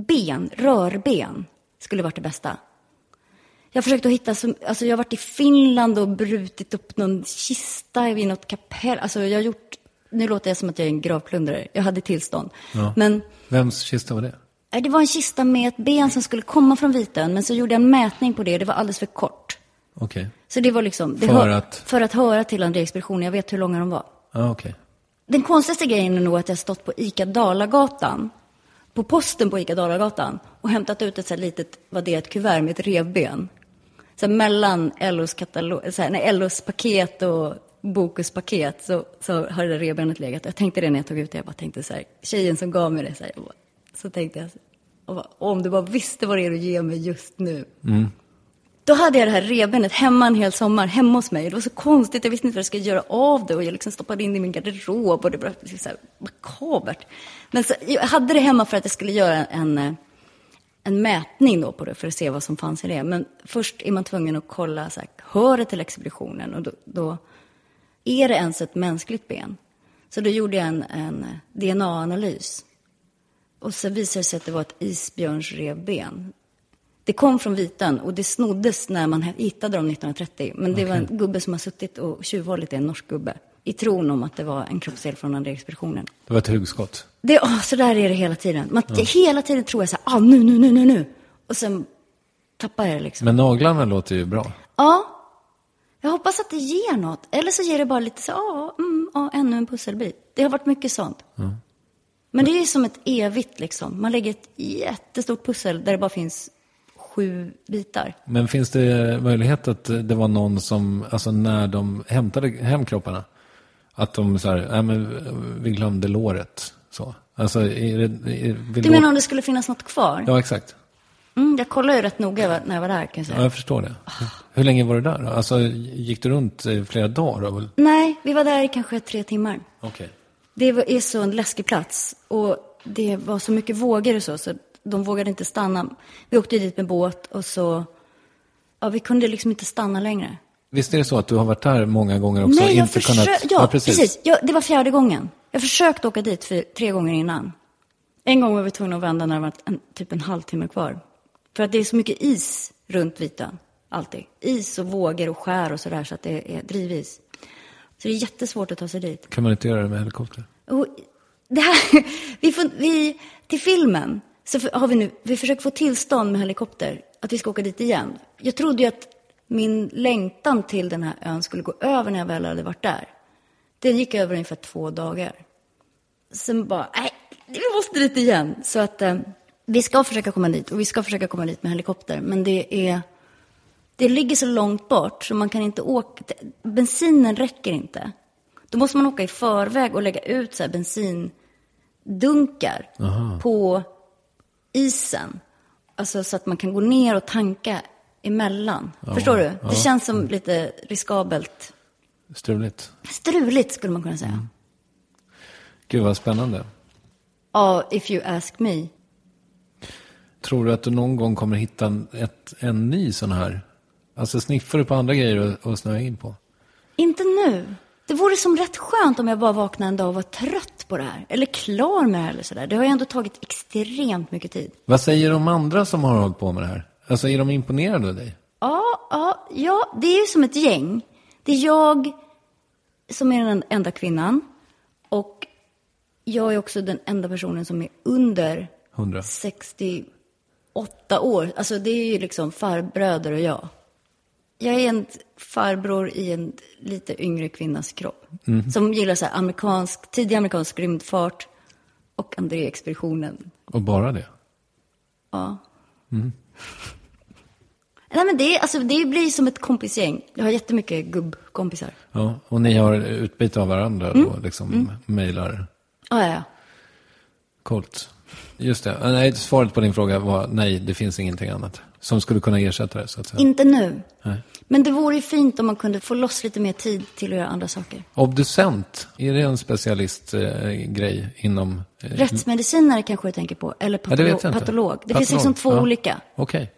[SPEAKER 4] ben, rörben, skulle varit det bästa. Jag har försökt att hitta, som, alltså jag har varit i Finland och brutit upp någon kista i något kapell. Alltså jag har gjort, nu låter jag som att jag är en gravplundrare, jag hade tillstånd.
[SPEAKER 2] Ja.
[SPEAKER 4] Men
[SPEAKER 2] Vems kista var det?
[SPEAKER 4] Nej, Det var en kista med ett ben som skulle komma från vitön, men så gjorde jag en mätning på det och det var alldeles för kort.
[SPEAKER 2] Okej.
[SPEAKER 4] Så det var liksom... Det
[SPEAKER 2] För
[SPEAKER 4] hör-
[SPEAKER 2] att?
[SPEAKER 4] För att höra till andra expeditioner, jag vet hur långa de var.
[SPEAKER 2] Ja, okej.
[SPEAKER 4] Den konstigaste grejen är nog att jag har stått på ICA Dalagatan, på posten på ICA Dalagatan och hämtat ut ett så här litet vadderat kuvert med ett revben. Så här mellan LOs, katalog, så här, nej, LOs paket och Bokus paket så, så har det där revbenet legat. Jag tänkte det när jag tog ut det, jag bara tänkte så här, tjejen som gav mig det, så, här, jag bara, så tänkte jag, så- och bara, om du bara visste vad det är du ger mig just nu. Då hade jag det här revbenet hemma en hel sommar, hemma hos mig. Det var så konstigt, jag visste inte vad jag skulle göra av det. Och jag liksom stoppade in det i min garderob och det blev liksom så här makabert. Men så, jag hade det hemma för att jag skulle göra en, eh, en mätning då på det, för att se vad som fanns i det. Men först är man tvungen att kolla, så här, hör det till expeditionen? Och då, då är det ens ett mänskligt ben? Så då gjorde jag en, en DNA-analys. Och så visade det sig att det var ett isbjörnsrevben. Det kom från Vitön och det snoddes när man hittade dem 1930. Men det var en gubbe som har suttit och tjuvhållit det, en norsk gubbe, i tron om att det var en kroppsdel från andra expeditionen.
[SPEAKER 2] Det var ett hugskott.
[SPEAKER 4] Det, åh, så där är det hela tiden. Man, Hela tiden tror jag så här, ah, nu, nu, nu, nu, nu. Och sen tappar jag det liksom.
[SPEAKER 2] Men naglarna låter ju bra.
[SPEAKER 4] Ja, jag hoppas att det ger något. Eller så ger det bara lite så, ja, mm, ja, ännu en pusselbit. Det har varit mycket sånt. Men det är som ett evigt liksom. Man lägger ett jättestort pussel där det bara finns sju bitar.
[SPEAKER 2] Men finns det möjlighet att det var någon som, alltså när de hämtade hem kropparna, att de så här, nej men vi glömde låret. Så. Alltså, är det, är, vill
[SPEAKER 4] Du menar om det skulle finnas något kvar?
[SPEAKER 2] Ja, exakt.
[SPEAKER 4] Mm, jag kollade ju rätt noga när jag var där kan jag säga.
[SPEAKER 2] Ja, jag förstår det. Hur länge var du där? då? Alltså, gick du runt i flera dagar? då?
[SPEAKER 4] Nej, vi var där i kanske tre timmar.
[SPEAKER 2] Okej.
[SPEAKER 4] Det var- är så en läskig plats och det var så mycket vågor och så, så de vågade inte stanna. Vi åkte ju dit med båt och så, ja vi kunde liksom inte stanna längre.
[SPEAKER 2] Visst är det så att du har varit där många gånger också? och inte
[SPEAKER 4] försö-
[SPEAKER 2] kunnat...
[SPEAKER 4] ja, precis. Ja, det var fjärde gången. Jag försökte åka dit för tre gånger innan. En gång var vi tvungna att vända när det var en, typ en halvtimme kvar. För att det är så mycket is runt Vitön, alltid. Is och vågor och skär och sådär, så att det är drivis. Så det är jättesvårt att ta sig dit.
[SPEAKER 2] Kan man inte göra det med helikopter?
[SPEAKER 4] Och det här, vi får, vi, till filmen så för- har vi nu, vi försöker få tillstånd med helikopter, att vi ska åka dit igen. Jag trodde ju att min längtan till den här ön skulle gå över när jag väl hade varit där. Den gick över ungefär två dagar. Sen bara, nej, vi måste dit igen. Så att eh, vi ska försöka komma dit och vi ska försöka komma dit med helikopter. Men det är, det ligger så långt bort så man kan inte åka. Bensinen räcker inte. Då måste man åka i förväg och lägga ut så här bensindunkar på isen. Alltså så att man kan gå ner och tanka emellan. Förstår du? Det känns som lite riskabelt.
[SPEAKER 2] Struligt.
[SPEAKER 4] Struligt skulle man kunna säga.
[SPEAKER 2] Gud vad spännande.
[SPEAKER 4] Ja, if you ask me.
[SPEAKER 2] Tror du att du någon gång kommer hitta en, ett, en ny sån här? Alltså sniffar du på andra grejer och, och snöar in på?
[SPEAKER 4] Inte nu. Det vore som rätt skönt om jag bara vaknade en dag och var trött på det här. Eller klar med det här eller sådär. Det har ju ändå tagit extremt mycket tid.
[SPEAKER 2] Vad säger de andra som har hållit på med det här? Alltså är de imponerade av dig?
[SPEAKER 4] Ja, ja, ja, det är ju som ett gäng. Det är jag som är den enda kvinnan. Och jag är också den enda personen som är under
[SPEAKER 2] Hundra.
[SPEAKER 4] 68 år. Alltså det är ju liksom farbröder och jag. Jag är en farbror i en lite yngre kvinnas kropp. Som gillar så här amerikansk, tidig amerikansk rymdfart och André-expeditionen.
[SPEAKER 2] Och bara det?
[SPEAKER 4] Ja. Nej men det, är- alltså, det blir som ett kompisgäng. Jag har jättemycket gubbkompisar.
[SPEAKER 2] Ja, och ni har utbyte av varandra
[SPEAKER 4] Mm.
[SPEAKER 2] och liksom mejlar
[SPEAKER 4] Ja, ja, ja.
[SPEAKER 2] Coolt. Just det. Eh, Nej, svaret på din fråga var nej, det finns ingenting annat som skulle kunna ersätta det. Så att säga.
[SPEAKER 4] Inte nu.
[SPEAKER 2] Nej.
[SPEAKER 4] Men det vore ju fint om man kunde få loss lite mer tid till att göra andra saker.
[SPEAKER 2] Obducent, är det en specialistgrej eh, grej inom... Eh,
[SPEAKER 4] Rättsmedicinare kanske jag tänker på, eller
[SPEAKER 2] ja, det
[SPEAKER 4] patolog.
[SPEAKER 2] vet jag inte.
[SPEAKER 4] patolog. Det finns
[SPEAKER 2] Patolog.
[SPEAKER 4] liksom två
[SPEAKER 2] Ja.
[SPEAKER 4] olika.
[SPEAKER 2] Okej.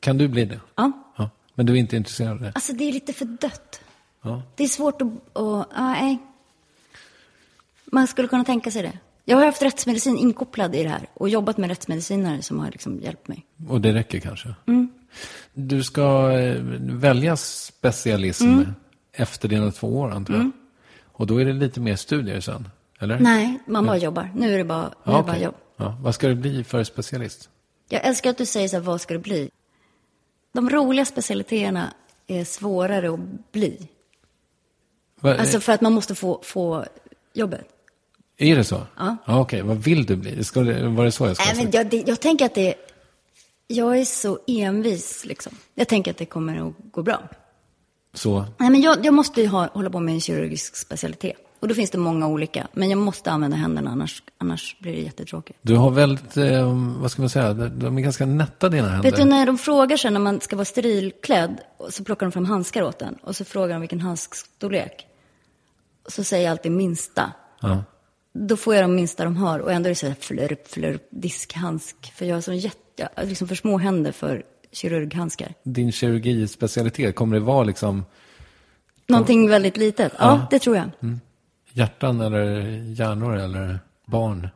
[SPEAKER 2] Kan du bli det?
[SPEAKER 4] Ja.
[SPEAKER 2] Ja. Men du är inte intresserad av det?
[SPEAKER 4] Alltså det är lite för dött.
[SPEAKER 2] Ja.
[SPEAKER 4] Det är svårt att... Och, ja, nej. Man skulle kunna tänka sig det. Jag har haft rättsmedicin inkopplad i det här och jobbat med rättsmedicinare som har liksom hjälpt mig.
[SPEAKER 2] Och det räcker kanske?
[SPEAKER 4] Mm.
[SPEAKER 2] Du ska eh, välja specialism
[SPEAKER 4] Mm.
[SPEAKER 2] efter dina två år, antar jag. Och då är det lite mer studier sen, eller?
[SPEAKER 4] Nej, man bara jobbar. Nu är det bara, nu är
[SPEAKER 2] Ja,
[SPEAKER 4] det bara
[SPEAKER 2] okej.
[SPEAKER 4] jobb.
[SPEAKER 2] ja. Vad ska du bli för specialist?
[SPEAKER 4] Jag älskar att du säger så här, vad ska det bli? De roliga specialiteterna är svårare att bli.
[SPEAKER 2] Vad-
[SPEAKER 4] Alltså för att man måste få, få jobbet.
[SPEAKER 2] Är det så? Ja. Okej, vad vill du bli? Ska, det- var det så jag skulle
[SPEAKER 4] Nej,
[SPEAKER 2] säga?
[SPEAKER 4] men jag, det, jag tänker att det... Jag är så envis liksom. Jag tänker att det kommer att gå bra.
[SPEAKER 2] Så,
[SPEAKER 4] Nej, men jag, jag måste ju ha, hålla på med en kirurgisk specialitet. Och då finns det många olika. Men jag måste använda händerna, annars, annars blir det jättetråkigt.
[SPEAKER 2] du har väldigt, eh, vad ska man säga, de- de är ganska nätta dina händer.
[SPEAKER 4] Vet du, när de frågar sen när man ska vara sterilklädd, och så plockar de fram handskar åt en. Och så frågar de vilken handskstorlek. Och Så säger jag alltid minsta.
[SPEAKER 2] ja.
[SPEAKER 4] Då får jag de minsta de har. Och ändå är det så här flörp, flörp, diskhandsk. För jag har sån jätte, liksom för små händer för kirurghandskar.
[SPEAKER 2] Din kirurgispecialitet, kommer det vara liksom
[SPEAKER 4] Någonting väldigt litet. Ja, det tror jag.
[SPEAKER 2] hjärtan eller hjärnor eller barn?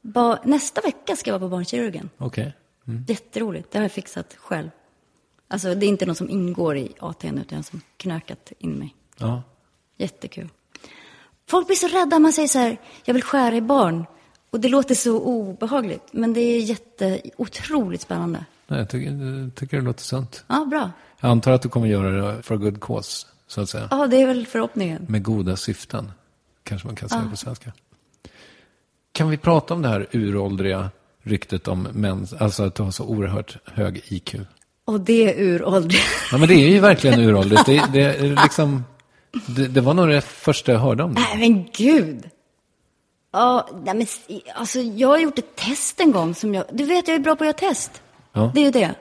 [SPEAKER 4] Ba, nästa vecka ska jag vara på barnkirurgen.
[SPEAKER 2] Okej.
[SPEAKER 4] Mm. Jätteroligt, det har jag fixat själv. Alltså det är inte något som ingår i ATN utan jag har som knökat in mig.
[SPEAKER 2] Ja.
[SPEAKER 4] Jättekul. Folk blir så rädda. Man säger så här, jag vill skära i barn. Och det låter så obehagligt. Men det är jätte, otroligt spännande.
[SPEAKER 2] Nej, jag tycker, jag tycker det låter sunt.
[SPEAKER 4] Ja, bra.
[SPEAKER 2] Jag antar att du kommer göra det för good cause, så att säga.
[SPEAKER 4] Ja, det är väl förhoppningen.
[SPEAKER 2] Med goda syften, kanske man kan säga på svenska. Kan vi prata om det här uråldriga ryktet om män, alltså att du har så oerhört hög IQ?
[SPEAKER 4] Och det är uråldrigt.
[SPEAKER 2] Ja, men det är ju verkligen uråldrigt. Det, det, är liksom, det, det var nog det första jag hörde om det.
[SPEAKER 4] Nej, men gud! Ja, nej, men s- alltså jag har gjort ett test en gång som jag... Du vet, jag är bra på att göra test.
[SPEAKER 2] Ja.
[SPEAKER 4] Det är ju det.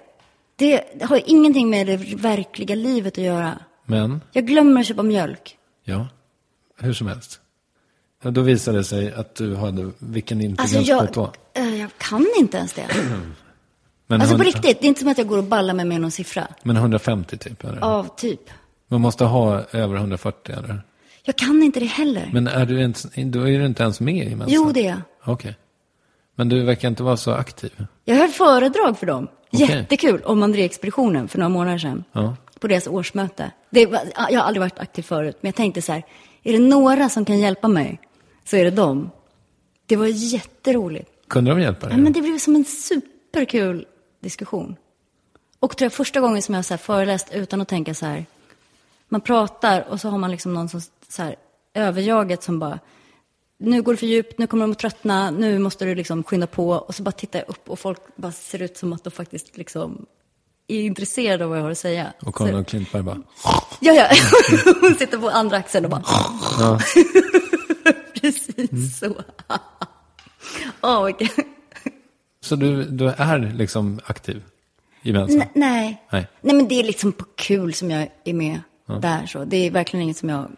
[SPEAKER 4] Det har ju ingenting med det verkliga livet att göra.
[SPEAKER 2] Men,
[SPEAKER 4] Jag glömmer att köpa mjölk.
[SPEAKER 2] ja, hur som helst. Ja, Då visade det sig att du hade, vilken
[SPEAKER 4] Alltså
[SPEAKER 2] intelligens
[SPEAKER 4] jag,
[SPEAKER 2] på ett
[SPEAKER 4] eh, jag kan inte ens det.
[SPEAKER 2] Men,
[SPEAKER 4] Alltså på
[SPEAKER 2] hundra-
[SPEAKER 4] riktigt, det är inte som att jag går och ballar mig med någon siffra.
[SPEAKER 2] men 150 typ, eller?
[SPEAKER 4] Av typ.
[SPEAKER 2] Man måste ha över 140, eller?
[SPEAKER 4] Jag kan inte det heller.
[SPEAKER 2] Men alltså- är du inte, då är du inte ens med i Mensa?
[SPEAKER 4] jo, det är jag.
[SPEAKER 2] Okej. Men du verkar inte vara så aktiv.
[SPEAKER 4] Jag höll föredrag för dem.
[SPEAKER 2] Okej.
[SPEAKER 4] Jättekul om André-expeditionen för några månader sedan.
[SPEAKER 2] Ja.
[SPEAKER 4] På deras årsmöte. Det var, jag har aldrig varit aktiv förut, men jag tänkte så här, är det några som kan hjälpa mig så är det dem. Det var jätteroligt.
[SPEAKER 2] Kunde de hjälpa dig?
[SPEAKER 4] Men det blev som en superkul diskussion. Och tror jag första gången som jag har så här föreläst utan att tänka så här. Man pratar och så har man liksom någon som så här överjaget som bara. Nu går det för djupt, nu kommer de att tröttna, nu måste du liksom skynda på. Och så bara tittar jag upp och folk bara ser ut som att de faktiskt liksom är intresserade av vad jag har att säga.
[SPEAKER 2] Och
[SPEAKER 4] Så-
[SPEAKER 2] Karin och Klintberg bara,
[SPEAKER 4] Ja, ja. Hon sitter på andra axeln och bara... Precis så. Åh, vilken...
[SPEAKER 2] så du, du är liksom aktiv i Mensa?
[SPEAKER 4] N- nej.
[SPEAKER 2] Nej.
[SPEAKER 4] Nej, men det är liksom på kul som jag är med där. Så. Det är verkligen inget som jag...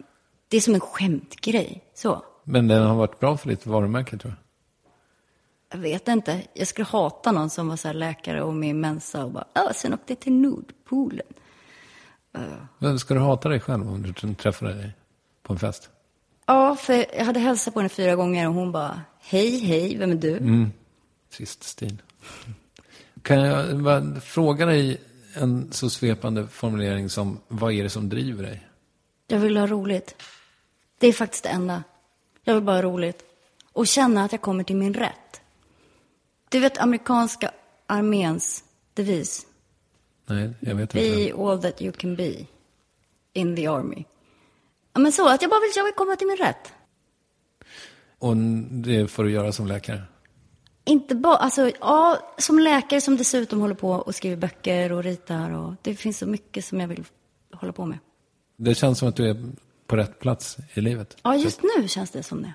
[SPEAKER 4] Det är som en skämtgrej. Så.
[SPEAKER 2] Men den har varit bra för ditt varumärke tror jag.
[SPEAKER 4] Jag vet inte. Jag skulle hata någon som var så här läkare och med i Mensa och bara, ja, sen åkte jag till Nordpolen.
[SPEAKER 2] Men ska du hata dig själv om du t- träffar dig på en fest?
[SPEAKER 4] Ja, för jag hade hälsat på henne fyra gånger och hon bara, hej, hej, vem är du?
[SPEAKER 2] Trist stil. Kan jag bara fråga dig en så svepande formulering som, vad är det som driver dig?
[SPEAKER 4] Jag vill ha roligt. Det är faktiskt det enda. Jag vill bara ha roligt. Och känna att jag kommer till min rätt. Du vet amerikanska arméns devis?
[SPEAKER 2] Nej, jag vet inte.
[SPEAKER 4] Be all that you can be in the army. Ja, men så, att jag bara vill, jag vill komma till min rätt.
[SPEAKER 2] Och det får du göra som läkare?
[SPEAKER 4] Inte bara, alltså, ja, som läkare som dessutom håller på och skriver böcker och ritar och det finns så mycket som jag vill hålla på med.
[SPEAKER 2] Det känns som att du är på rätt plats i livet.
[SPEAKER 4] Ja, just nu känns det som det.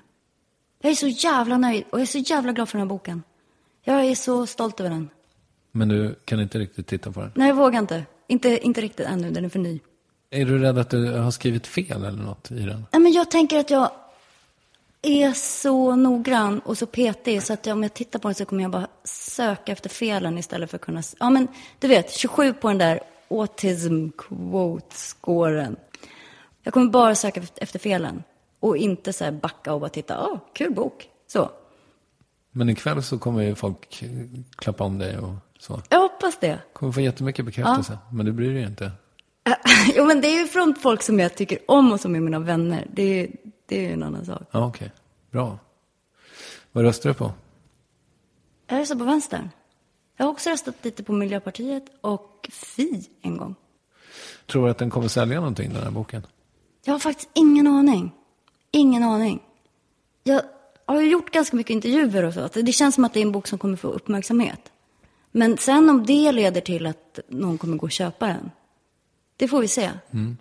[SPEAKER 4] Jag är så jävla nöjd och jag är så jävla glad för den här boken. Jag är så stolt över den.
[SPEAKER 2] Men du kan inte riktigt titta på den.
[SPEAKER 4] Nej, jag vågar inte. Inte, inte riktigt ännu, den är för ny.
[SPEAKER 2] Är du rädd att du har skrivit fel eller något i den?
[SPEAKER 4] Nej, men jag tänker att jag är så noggrann och så petig så att om jag tittar på den så kommer jag bara söka efter felen istället för att kunna... s- Ja, men du vet, 27 på den där autism quote-scoren. Jag kommer bara söka eft- efter felen och inte så här backa och bara titta, åh, kul bok. Så.
[SPEAKER 2] Men ikväll så kommer ju folk eh, klappa om dig och så.
[SPEAKER 4] Jag hoppas det.
[SPEAKER 2] Kommer få jättemycket bekräftelse. Men du bryr dig inte.
[SPEAKER 4] Jo, men det är ju från folk som jag tycker om och som är mina vänner. Det är ju det är ju en annan sak.
[SPEAKER 2] Ja, okej. Bra. Vad röstar du på?
[SPEAKER 4] Jag röstar på vänstern. Jag har också röstat lite på Miljöpartiet och Fi en gång.
[SPEAKER 2] Tror du att den kommer sälja någonting, den här boken?
[SPEAKER 4] Jag har faktiskt ingen aning. Ingen aning. Jag har ju gjort ganska mycket intervjuer och så. att Det känns som att det är en bok som kommer få uppmärksamhet. Men sen om det leder till att någon kommer gå och köpa den, det får vi se.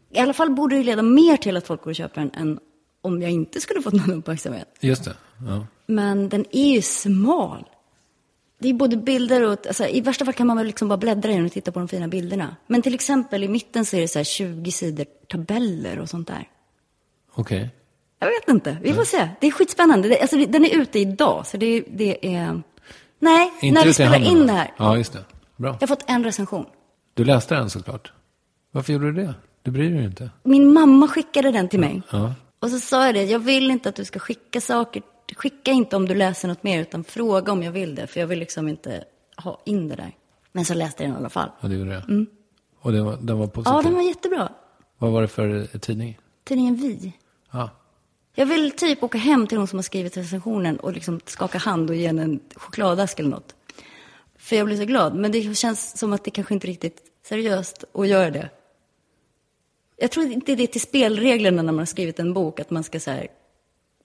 [SPEAKER 4] I alla fall borde det leda mer till att folk går och köper den än om jag inte skulle fått någon uppmärksamhet.
[SPEAKER 2] Just det. Ja.
[SPEAKER 4] Men den är ju smal. Det är både bilder och... Alltså, I värsta fall kan man väl liksom bara bläddra i den och titta på de fina bilderna. Men till exempel i mitten så är det så här 20 sidor tabeller och sånt där.
[SPEAKER 2] Okej.
[SPEAKER 4] Jag vet inte. Vi får se. Det är skitspännande. Det, alltså, det- den är ute idag, så det, det är... Nej,
[SPEAKER 2] Inte
[SPEAKER 4] när vi
[SPEAKER 2] ute i
[SPEAKER 4] spelar
[SPEAKER 2] handen,
[SPEAKER 4] in det
[SPEAKER 2] va?
[SPEAKER 4] här.
[SPEAKER 2] Ja, just det. Bra.
[SPEAKER 4] Jag har fått en recension.
[SPEAKER 2] Du läste den såklart. Varför gjorde du det? Du bryr dig inte.
[SPEAKER 4] Min mamma skickade den till mig.
[SPEAKER 2] Ja.
[SPEAKER 4] Och så sa jag det, jag vill inte att du ska skicka saker. Skicka inte om du läser något mer, utan fråga om jag vill det. För jag vill liksom inte ha in det där. Men så läste jag den i alla fall.
[SPEAKER 2] Ja, du gjorde det.
[SPEAKER 4] Mm.
[SPEAKER 2] Och den var, den var positiv.
[SPEAKER 4] Ja, den var jättebra.
[SPEAKER 2] Vad var det för eh, tidning?
[SPEAKER 4] Tidningen Vi.
[SPEAKER 2] Ja.
[SPEAKER 4] Jag Jag vill typ åka hem till hon som har skrivit recensionen och liksom skaka hand och ge henne en chokladask eller något. För jag blir så glad. Men det känns som att det kanske inte är riktigt seriöst att göra det. Jag tror inte det är till spelreglerna när man har skrivit en bok, att man ska så här,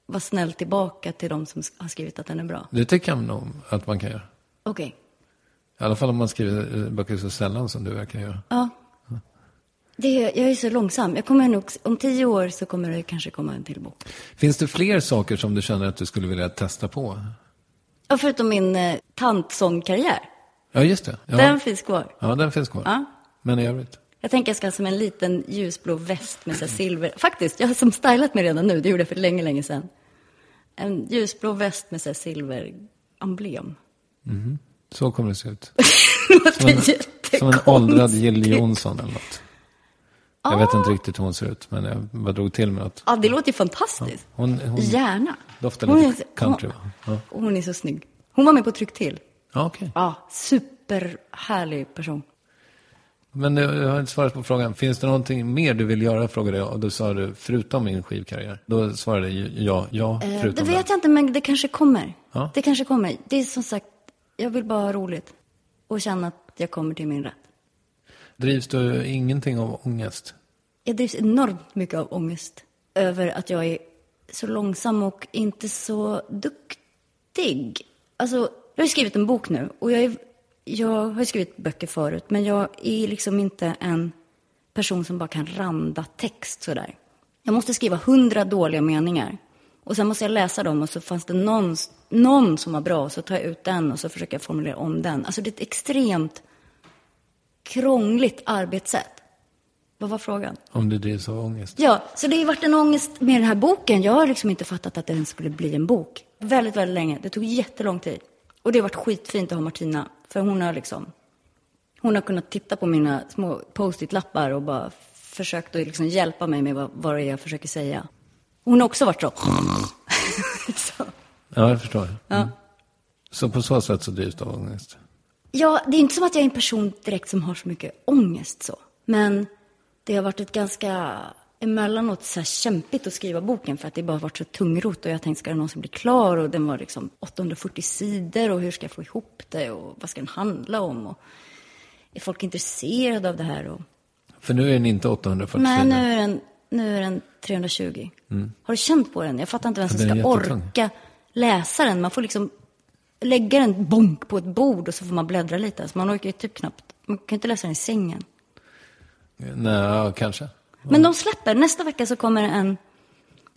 [SPEAKER 4] vara snäll tillbaka till de som har skrivit att den är bra.
[SPEAKER 2] Det tycker jag nog att man kan göra.
[SPEAKER 4] Okej.
[SPEAKER 2] I alla fall om man skriver eh, böcker så sällan som du verkar göra.
[SPEAKER 4] Ja. Det, jag är så långsam. Jag kommer nog, om tio år så kommer det kanske komma en till bok.
[SPEAKER 2] Finns det fler saker som du känner att du skulle vilja testa på?
[SPEAKER 4] Ja, förutom min eh, tantsångkarriär.
[SPEAKER 2] Ja, just det. Ja,
[SPEAKER 4] Den finns kvar.
[SPEAKER 2] ja, den finns kvar.
[SPEAKER 4] Ja.
[SPEAKER 2] Men i övrigt?
[SPEAKER 4] Jag tänker jag ska ha som en liten ljusblå väst med så här silver. Faktiskt, jag har som stylat mig redan nu. Det gjorde jag för länge, länge sedan. En ljusblå väst med så här silveremblem.
[SPEAKER 2] Så kommer det se ut.
[SPEAKER 4] Det låter
[SPEAKER 2] Som en
[SPEAKER 4] jättekonstigt.
[SPEAKER 2] åldrad Jill Johnson eller något. Jag
[SPEAKER 4] Ah.
[SPEAKER 2] vet inte riktigt hur hon ser ut, men jag bara drog till med att
[SPEAKER 4] Ja, det låter ju fantastiskt.
[SPEAKER 2] hon, hon
[SPEAKER 4] Gärna.
[SPEAKER 2] doftar
[SPEAKER 4] Hon är
[SPEAKER 2] lite
[SPEAKER 4] så-
[SPEAKER 2] country.
[SPEAKER 4] hon-
[SPEAKER 2] va? Ja,
[SPEAKER 4] Hon är så snygg. Hon var med på Tryck till.
[SPEAKER 2] ja okej.
[SPEAKER 4] Ja, superhärlig person.
[SPEAKER 2] Men du jag har inte svarat på frågan. Finns det någonting mer du vill göra? Frågade jag. Och då sa du, förutom min skivkarriär. Då svarade jag ja, ja,
[SPEAKER 4] Eh,
[SPEAKER 2] förutom
[SPEAKER 4] Det vet jag inte, men det kanske kommer.
[SPEAKER 2] Ja.
[SPEAKER 4] Det kanske kommer. Det är som sagt, jag vill bara ha roligt och känna att jag kommer till min rätt.
[SPEAKER 2] Drivs du ingenting av ångest?
[SPEAKER 4] Jag drivs enormt mycket av ångest över att jag är så långsam och inte så duktig. Alltså, jag har ju skrivit en bok nu och jag, är, jag har ju skrivit böcker förut men jag är liksom inte en person som bara kan randa text sådär. Jag måste skriva hundra dåliga meningar och sen måste jag läsa dem och så fanns det någon, någon som var bra och så tar jag ut den och så försöker jag formulera om den. Alltså det är ett extremt krångligt arbetssätt. Vad var frågan?
[SPEAKER 2] Om du drivs av ångest?
[SPEAKER 4] Ja, så det har ju varit en ångest med den här boken. Jag har liksom inte fattat att den skulle bli en bok. Väldigt, väldigt länge. Det tog jättelång tid. Och det har varit skitfint att ha Martina. För hon har liksom, hon har kunnat titta på mina små post-it-lappar och bara försökt att liksom hjälpa mig med vad, vad det är jag försöker säga. Hon har också varit så. så.
[SPEAKER 2] Ja, jag förstår.
[SPEAKER 4] Ja.
[SPEAKER 2] Så på så sätt så drivs du av ångest?
[SPEAKER 4] Ja, det är inte som att jag är en person direkt som har så mycket ångest så. Men det har varit ett ganska emellanåt så här kämpigt att skriva boken för att det bara har varit så tungrot och jag tänkte ska den någonsin bli klar och den var liksom 840 sidor och hur ska jag få ihop det och vad ska den handla om och är folk intresserade av det här och...
[SPEAKER 2] För nu är den inte 840
[SPEAKER 4] Nej, nu
[SPEAKER 2] sidor.
[SPEAKER 4] är den, nu är den 320. Har du känt på den? Jag fattar inte vem som
[SPEAKER 2] Mm. Ja, den är
[SPEAKER 4] ska
[SPEAKER 2] jättetung.
[SPEAKER 4] orka läsa den. Man får liksom lägga den bonk på ett bord och så får man bläddra lite. Så man orkar ju typ knappt, man kan ju inte läsa den i sängen.
[SPEAKER 2] Nej, ja, kanske.
[SPEAKER 4] Men de släpper, nästa vecka så kommer en,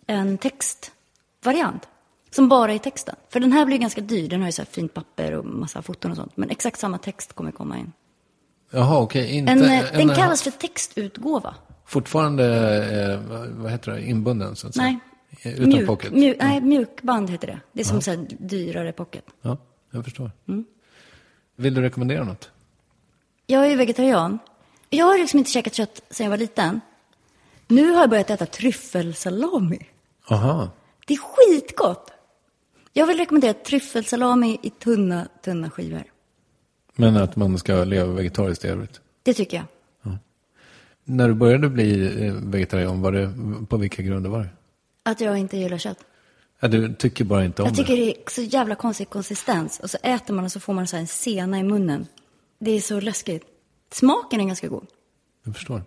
[SPEAKER 4] en textvariant. Som bara är texten. För den här blir ganska dyr, den har ju så här fint papper och massa foton och sånt. Men exakt samma text kommer komma in.
[SPEAKER 2] Jaha, okej. Inte
[SPEAKER 4] En, eh, den
[SPEAKER 2] en-
[SPEAKER 4] kallas för textutgåva.
[SPEAKER 2] Fortfarande, eh, vad heter det, inbunden så att
[SPEAKER 4] Nej.
[SPEAKER 2] säga? Eh, Utan
[SPEAKER 4] mjuk,
[SPEAKER 2] pocket?
[SPEAKER 4] Mjuk, nej, mjukband heter det. Det är som så här dyrare pocket.
[SPEAKER 2] Ja, jag förstår.
[SPEAKER 4] Mm.
[SPEAKER 2] Vill du rekommendera något?
[SPEAKER 4] Jag är ju vegetarian. Jag har liksom inte käkat kött sedan jag var liten. Nu har jag börjat äta tryffelsalami.
[SPEAKER 2] Aha.
[SPEAKER 4] Det är skitgott! Jag vill rekommendera tryffelsalami i tunna, tunna skivor.
[SPEAKER 2] Men att man ska leva vegetariskt i övrigt.
[SPEAKER 4] Det tycker jag.
[SPEAKER 2] När du började bli eh, vegetarian, var det, på vilka grunder var det?
[SPEAKER 4] Att jag inte gillar kött.
[SPEAKER 2] Ja, du tycker bara inte om
[SPEAKER 4] Jag tycker
[SPEAKER 2] det?
[SPEAKER 4] det är så jävla konstig konsistens. Och så äter man och så får man så här en sena i munnen. Det är så läskigt. Smaken är ganska god.
[SPEAKER 2] Jag förstår.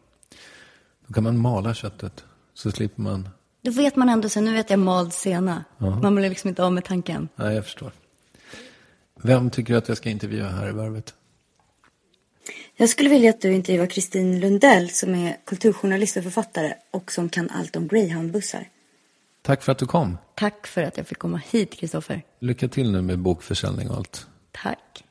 [SPEAKER 2] Då kan man mala köttet, så slipper man...
[SPEAKER 4] Då vet man ändå så här, nu vet jag mald sena. Man blir liksom inte av med tanken.
[SPEAKER 2] Nej, jag förstår. Vem tycker du att jag ska intervjua här i Värvet?
[SPEAKER 5] Jag skulle vilja att du intervjuar Kristin Lundell som är kulturjournalist och författare och som kan allt om greyhoundbussar.
[SPEAKER 2] Tack för att du kom.
[SPEAKER 4] Tack för att jag fick komma hit, Kristoffer.
[SPEAKER 2] Lycka till nu med bokförsäljning och allt.
[SPEAKER 4] Tack.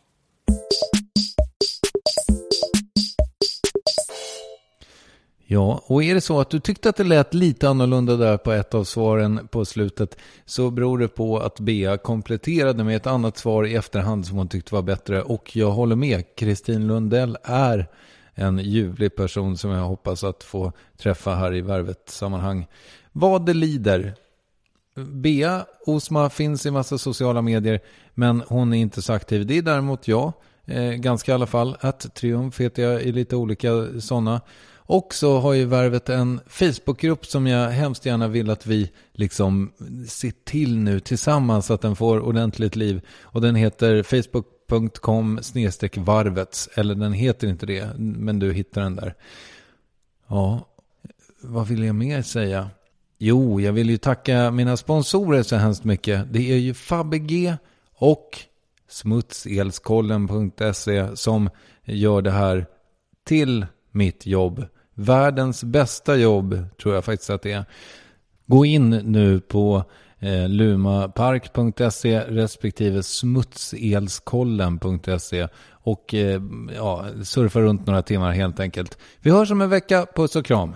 [SPEAKER 2] Ja, och är det så att du tyckte att det lät lite annorlunda där på ett av svaren på slutet så beror det på att Bea kompletterade med ett annat svar i efterhand som hon tyckte var bättre. Och jag håller med, Kristin Lundell är en ljuvlig person som jag hoppas att få träffa här i Värvet-sammanhang. Vad det lider. Bea Osma finns i massa sociala medier, men hon är inte så aktiv. Det är däremot jag, eh, ganska i alla fall. Att Triumf heter jag i lite olika sådana. Och så har ju Värvet en Facebookgrupp som jag hemskt gärna vill att vi liksom ser till nu tillsammans så att den får ordentligt liv. Och den heter facebook.com varvets. Eller den heter inte det, men du hittar den där. Ja, vad vill jag mer säga? Jo, jag vill ju tacka mina sponsorer så hemskt mycket. Det är ju FabG och smutselskollen.se som gör det här till mitt jobb. Världens bästa jobb tror jag faktiskt att det är. Gå in nu på eh, lumapark.se respektive smutselskollen.se och eh, ja, surfa runt några timmar helt enkelt. Vi hörs om en vecka. Puss och kram!